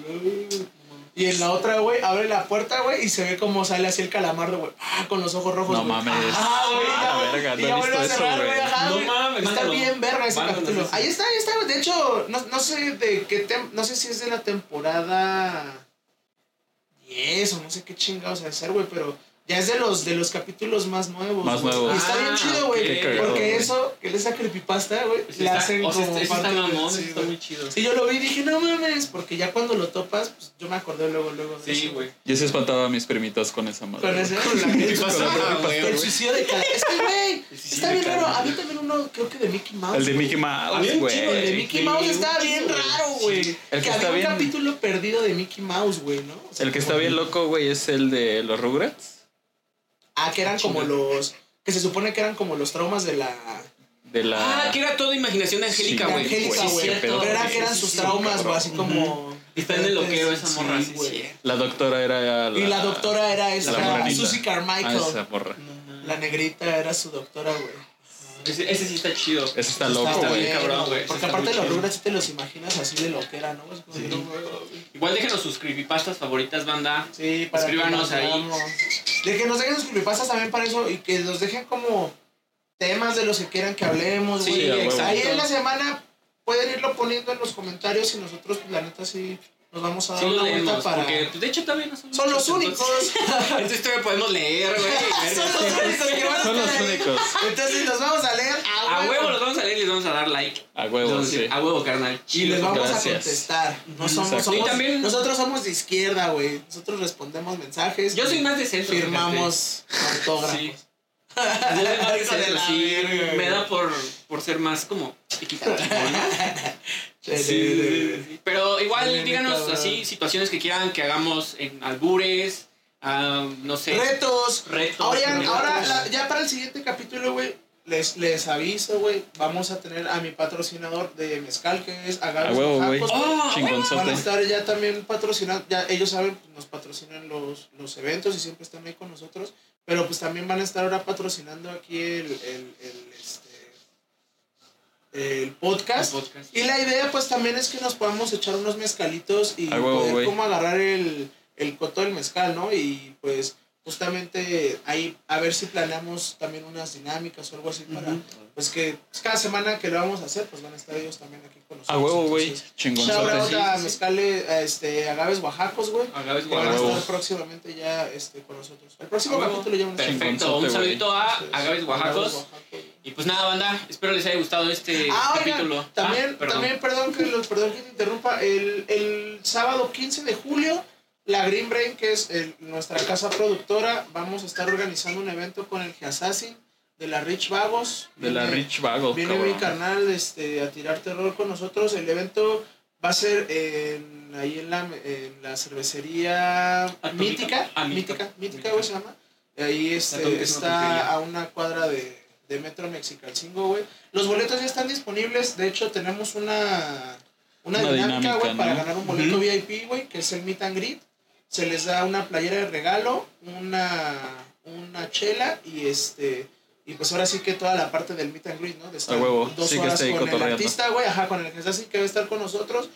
Y en la otra, güey, abre la puerta, güey, y se ve como sale así el calamardo, güey, ah, con los ojos rojos, No güey. mames. Ah, güey, Ah, ya, verga, no y he ya vuelve a visto cerrar, eso, güey, güey. ajá, No güey. mames, Está mándalo. bien verga ese Mándalo, capítulo. sí, sí. Ahí está, ahí está. De hecho, no, no sé de qué tem no sé si es de la temporada 10 o no sé qué chingados ha de ser, güey, pero ya es de los de los capítulos más nuevos. Más güey. nuevos. Y está bien Ah, chido, güey, qué cagado, porque güey. eso que le esa creepypasta, güey, Pues la está- hacen o sea, como este- este está parte de- mamón, sí, está güey. muy chido. Y yo lo vi y dije, "No mames", porque ya cuando lo topas, pues yo me acordé luego luego de Sí, eso. güey. Yo se espantaba a mis primitas con esa madre. Con ese, con la Creepypasta, creepypasta, güey, güey. güey. El suicidio de Calamardo. Es que, güey, suicidio está de bien raro. Calamardo. Había también uno, creo que de Mickey Mouse. El de güey. Mickey Había Ah, Mouse, un chingo, el de güey. Mickey Sí, Mouse un estaba chingo, bien güey. raro, güey. Sí. El que que había está un bien- capítulo perdido de Mickey Mouse, güey, ¿no? O sea, El que como- está bien loco, güey, es el de los Rugrats. Ah, que eran como los. Que se supone que eran como los traumas de la. De la. Ah, que era todo imaginación de Angélica, Ah, Sí, güey. Angélica, Sí, güey. cierto, Qué pedo, Pero era güey. que eran Sí, sus sí, traumas, güey, así como. Y está en el loquero esa Sí, morra, sí, güey. sí. La doctora era la. Y la doctora era esa, morenita. Susie Ah, Carmichael. esa porra. La negrita era su doctora, güey. Ese, ese sí está chido. Ese está Está loco, bien, güey. cabrón, güey. Porque Está aparte muy los chido. Rugrats sí te los imaginas así de lo que era, ¿no? Es como, no, güey. Igual déjenos sus creepypastas favoritas, banda. Sí, para Escríbanos que nos ahí. veamos. De que nos dejen sus creepypastas también para eso y que nos dejen como temas de los que quieran que hablemos, Sí, güey. a huevo. ahí en la semana pueden irlo poniendo en los comentarios y nosotros, pues, la neta, sí nos vamos a dar Sí una lo vuelta leemos, para... porque pues, de hecho también no Son los muchos, únicos. Este entonces- Esta historia podemos leer, güey. Son los únicos que van a Son los estar ahí. únicos. Entonces los vamos a leer A huevo los vamos a leer y les vamos a dar like. A huevo, Entonces, sí. A huevo, carnal. Y les vamos a Gracias. contestar. No somos, Exacto. somos- Y también- nosotros somos de izquierda, güey. Nosotros respondemos mensajes. Yo soy más de centro. Firmamos autógrafos. Sí. fíjate. Yo soy más de Hijo de centro, la sí. verga, güey. Me da por, por ser más como equitativo, ¿no? Sí. Pero Sí, igual, neta, díganos güey. así situaciones que quieran que hagamos en albures, ah, no sé. Retos. Retos, Ahora, ya, pendejadas. ahora la- ya para el siguiente capítulo, güey, les, les aviso, güey. Vamos a tener a mi patrocinador de Mezcal, que es Agaves A huevo, güey. Oaxacos, ¡Oh! Van a Chingonzote. estar ya también patrocinados, ya ellos saben, pues, nos patrocinan los, los eventos y siempre están ahí con nosotros, pero pues también van a estar ahora patrocinando aquí el, el, el, este, el podcast. El podcast. Y la idea pues también es que nos podamos echar unos mezcalitos y A huevo, poder güey. como agarrar el, el coto del mezcal, ¿no? Y pues justamente ahí a ver si planeamos también unas dinámicas o algo así para, pues que pues, cada semana que lo vamos a hacer, pues van a estar ellos también aquí con nosotros. A huevo, güey. Entonces, Shout Chingonzote. out sí, a sí. Mezcale, a este, Agaves Oaxacos, güey. Agaves Que van a Oaxacos. estar próximamente ya este, con nosotros. El próximo A huevo. capítulo ya van a estar. Perfecto, Chingonzote, un güey. saludito a Entonces, Agaves Oaxacos. Oaxacos, güey. Y pues nada, banda, espero les haya gustado este Ah, oigan, capítulo. también, Ah, perdón. también, perdón que, los, perdón que te interrumpa. El, el sábado 15 de julio, la Green Brain, que es el- nuestra casa productora, vamos a estar organizando un evento con el Assassin de la Rich Vagos. De la Viene- Rich Vago, Viene mi cabrón. canal este, a tirar terror con nosotros. El evento va a ser en- ahí en la, en la cervecería Atómica. Mítica. Ah, Mítica. Mítica, Mítica, güey, se llama. Ahí este, Atómica es una pulquería. está a una cuadra de, de Metro Mexicalcingo, güey. Los boletos ya están disponibles. De hecho, tenemos una, una, Una dinámica, dinámica, güey, para ¿no? ganar un boleto VIP, güey, que es el Meet and Greet. Se les da una playera de regalo, una, una chela y este... Y pues ahora sí que toda la parte del meet and greet, ¿no? De estar A huevo, dos sí que horas esté ahí con el cotorreando. artista, güey, ajá, con el que está así que va a estar con nosotros.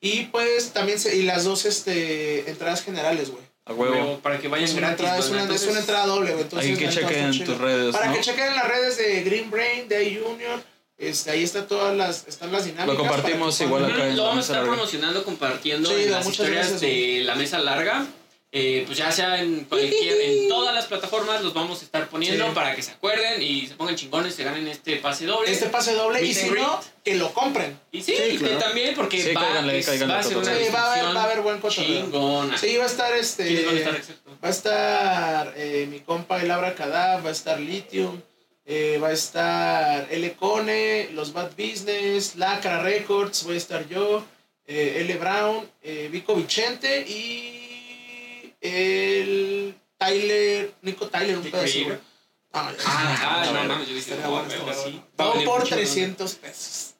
Y pues también, se, y las dos este, entradas generales, güey. A huevo. Para que vayan Es una, gratis. entrada, es, banda, una, entonces- es una entrada doble, güey. Entonces, Hay que la neta está chequen chido. tus redes, Para que ¿no? chequen las redes de Green Brain, de Junior. Este, ahí está todas las, están las dinámicas. para que compartimos puedan- igual Ujú, acá en Lo la vamos mesa a estar larga. promocionando, compartiendo Sí, en da, las muchas historias gracias, de la mesa larga. Eh, pues ya sea en cualquier, en todas las plataformas los vamos a estar poniendo Sí. para que se acuerden y se pongan chingones, se ganen este pase doble. Este pase doble, y Meet and si greet. no, que lo compren. y sí, Sí, y que claro. también porque Sí, va, cáiganle, es- cáiganle va a ser una cotorreo. Sí, va a haber, va a haber buen cotorreo. chingona. Sí, va a estar este. ¿Quiénes van a estar exacto? Ah, Va a estar eh, mi compa El Abra Cadab, va a estar Lithium, eh, va a estar L. Cone, Los Bad Business, Lacra Records, voy a estar yo, eh, L. Brown, eh, Vico Vicente y el Tyler, Nico Tyler, un Nick pedazo. Creator. güey. Ah, ya. Ah, ah, no, mames, yo dije, Estaría oh, bueno, verga, estaría sí. bueno. Va a Todo valer por mucho, ¿no? 300 pesos.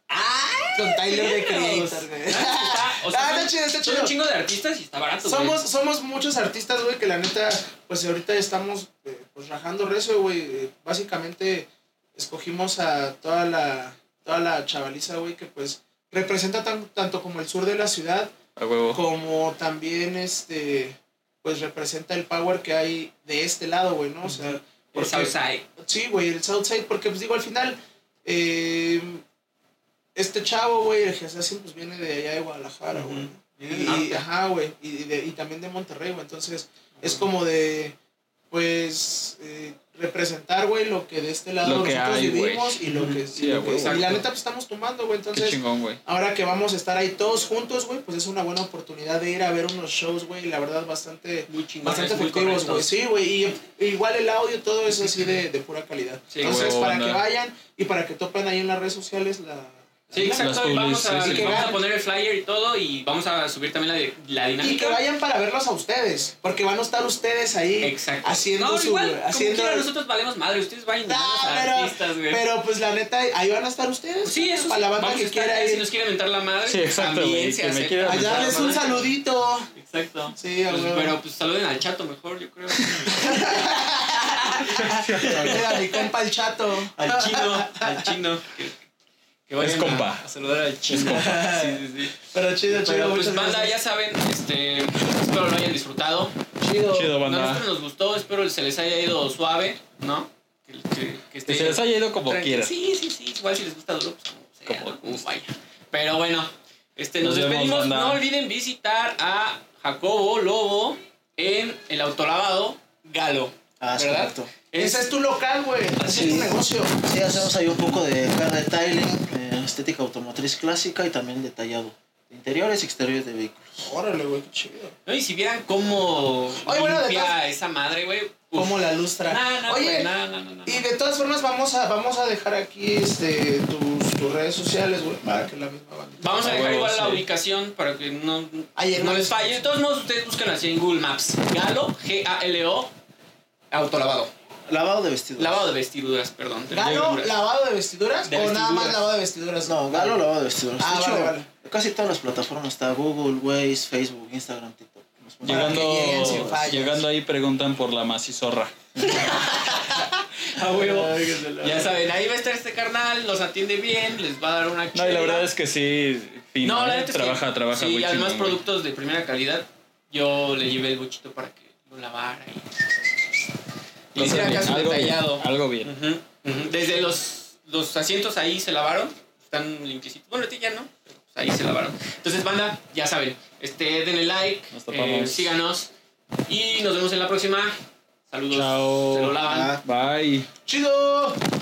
Con Tyler de Creator, güey. Está- o sea, Ah, está son- chido, está son chido. un chingo de artistas y está barato. güey. Somos, somos muchos artistas, güey, que la neta, pues ahorita estamos eh, pues rajando rezo, güey. Eh, Básicamente escogimos a toda la, toda la chavaliza, güey, que pues representa tan- tanto como el sur de la ciudad, A huevo. como también este, pues representa el power que hay de este lado, güey, ¿no? O sea, Por porque- Southside. Sí, güey, el Southside, porque pues digo, al final, eh, este chavo, güey, el Assassin, pues viene de allá de Guadalajara, güey. Ujú. Viene del Y, norte. ajá, güey, y, de- y también de Monterrey, güey. Entonces, es como de, pues, eh, representar, güey, lo que de este lado Lo que nosotros hay, güey. vivimos y lo que... Sí, y, lo güey, que- y la exacto. neta, pues, estamos tomando, güey. Qué Entonces, chingón, güey. ahora que vamos a estar ahí todos juntos, güey, pues es una buena oportunidad de ir a ver unos shows, güey, la verdad, bastante... Muy chingones, Bastante muy efectivos, güey. correctos. Sí, güey. Y igual el audio, todo eso así de, de pura calidad. Sí, Entonces, huevo, para banda. que vayan y para que topen ahí en las redes sociales la. Sí, la- exacto. y vamos a, publicis- sí, sí. vamos a poner el flyer y todo y vamos a subir también la, di- la Y que dinámica. vayan para verlos a ustedes. Porque van a estar ustedes ahí Exacto. haciendo no, su. igual, como haciendo, quiera, nosotros valemos madre, ustedes vayan No, a los pero- artistas, güey. pero pues la neta, ahí van a estar ustedes. sí, eso Para sí, la banda vamos a que estar quiera ahí, Si ir. nos quiere mentar la madre, Sí, exacto, también güey, se que me acepta. quiera Allá mentar la les un saludito. Exacto. Sí, a Pues, huevo. pero pues saluden al chato mejor, yo creo. pues, Mira, mi compa el chato. Al chino, al chino. Que, que vayan Es compa. A, a saludar al chino. Sí, sí, sí. Pero chido, chido. Pero pues muchas banda, ya gracias. saben, este, espero lo hayan disfrutado. Chido. Chido, A banda. nosotros nos gustó, espero se les haya ido suave, ¿no? Que, que- que esté Que se les haya ido como tranqui- quieran. Sí, sí, sí, igual si les gusta duro, pues como sea, Como ¿no? como vaya. Pero bueno, este, nos, Nos vemos, despedimos. banda. no olviden visitar a Jacobo Lobo en el autolavado Galo. Ah, es ¿verdad? correcto. Es- Ese es tu local, güey. Ese es Sí. tu negocio. Sí, hacemos ahí un poco de car detailing, eh, estética automotriz clásica y también detallado. Interiores y exteriores de vehículos. Órale, güey, qué chido. ¿no? Y si vieran cómo Oye, bueno, de limpia todas- esa madre, güey. uf. Como la lustra. Nah, nah, Oye, güey, nah, nah, nah, nah. y de todas formas vamos a, vamos a dejar aquí este, tus, tus redes sociales, güey, para que la misma banda. Vamos a Ah, dejar huevo, igual la sí. ubicación para que no, Ahí en no la- les falle. De todos modos, ustedes buscan así en Google Maps. Galo, G-A-L-O, autolavado. Lavado de vestidos. Lavado de vestiduras, perdón. de ¿Galo, verduras. lavado de vestiduras De o nada más vestiduras. lavado de vestiduras? No, Galo lavado de vestidos. Ah, de hecho, vale, vale. casi todas las plataformas está Google, Waze, Facebook, Instagram, TikTok. Nos pueden- Llega- Llegando, que lleguen sin fallas. llegando ahí preguntan por la macizorra. A Ah, huevo. Ay, que se la- Ya saben, ahí va a estar este carnal, los atiende bien, les va a dar una No, y la verdad es que sí, fino, No, la ¿eh? neta es que- trabaja, trabaja Sí, muy además chingón, güey. productos de primera calidad. Yo le llevé el bochito para que lo lavara y... Le Entonces, hiciera bien, caso algo detallado. bien, algo bien. Ujú, ujú. Desde los, los asientos ahí se lavaron, están limpiecitos. Bueno, a ti ya no, pero pues ahí se lavaron. Entonces, banda, ya saben, este, denle like, Nos eh, topamos. síganos y nos vemos en la próxima. Saludos. Chao. Se lo lavan. Ah, Bye. ¡Chido!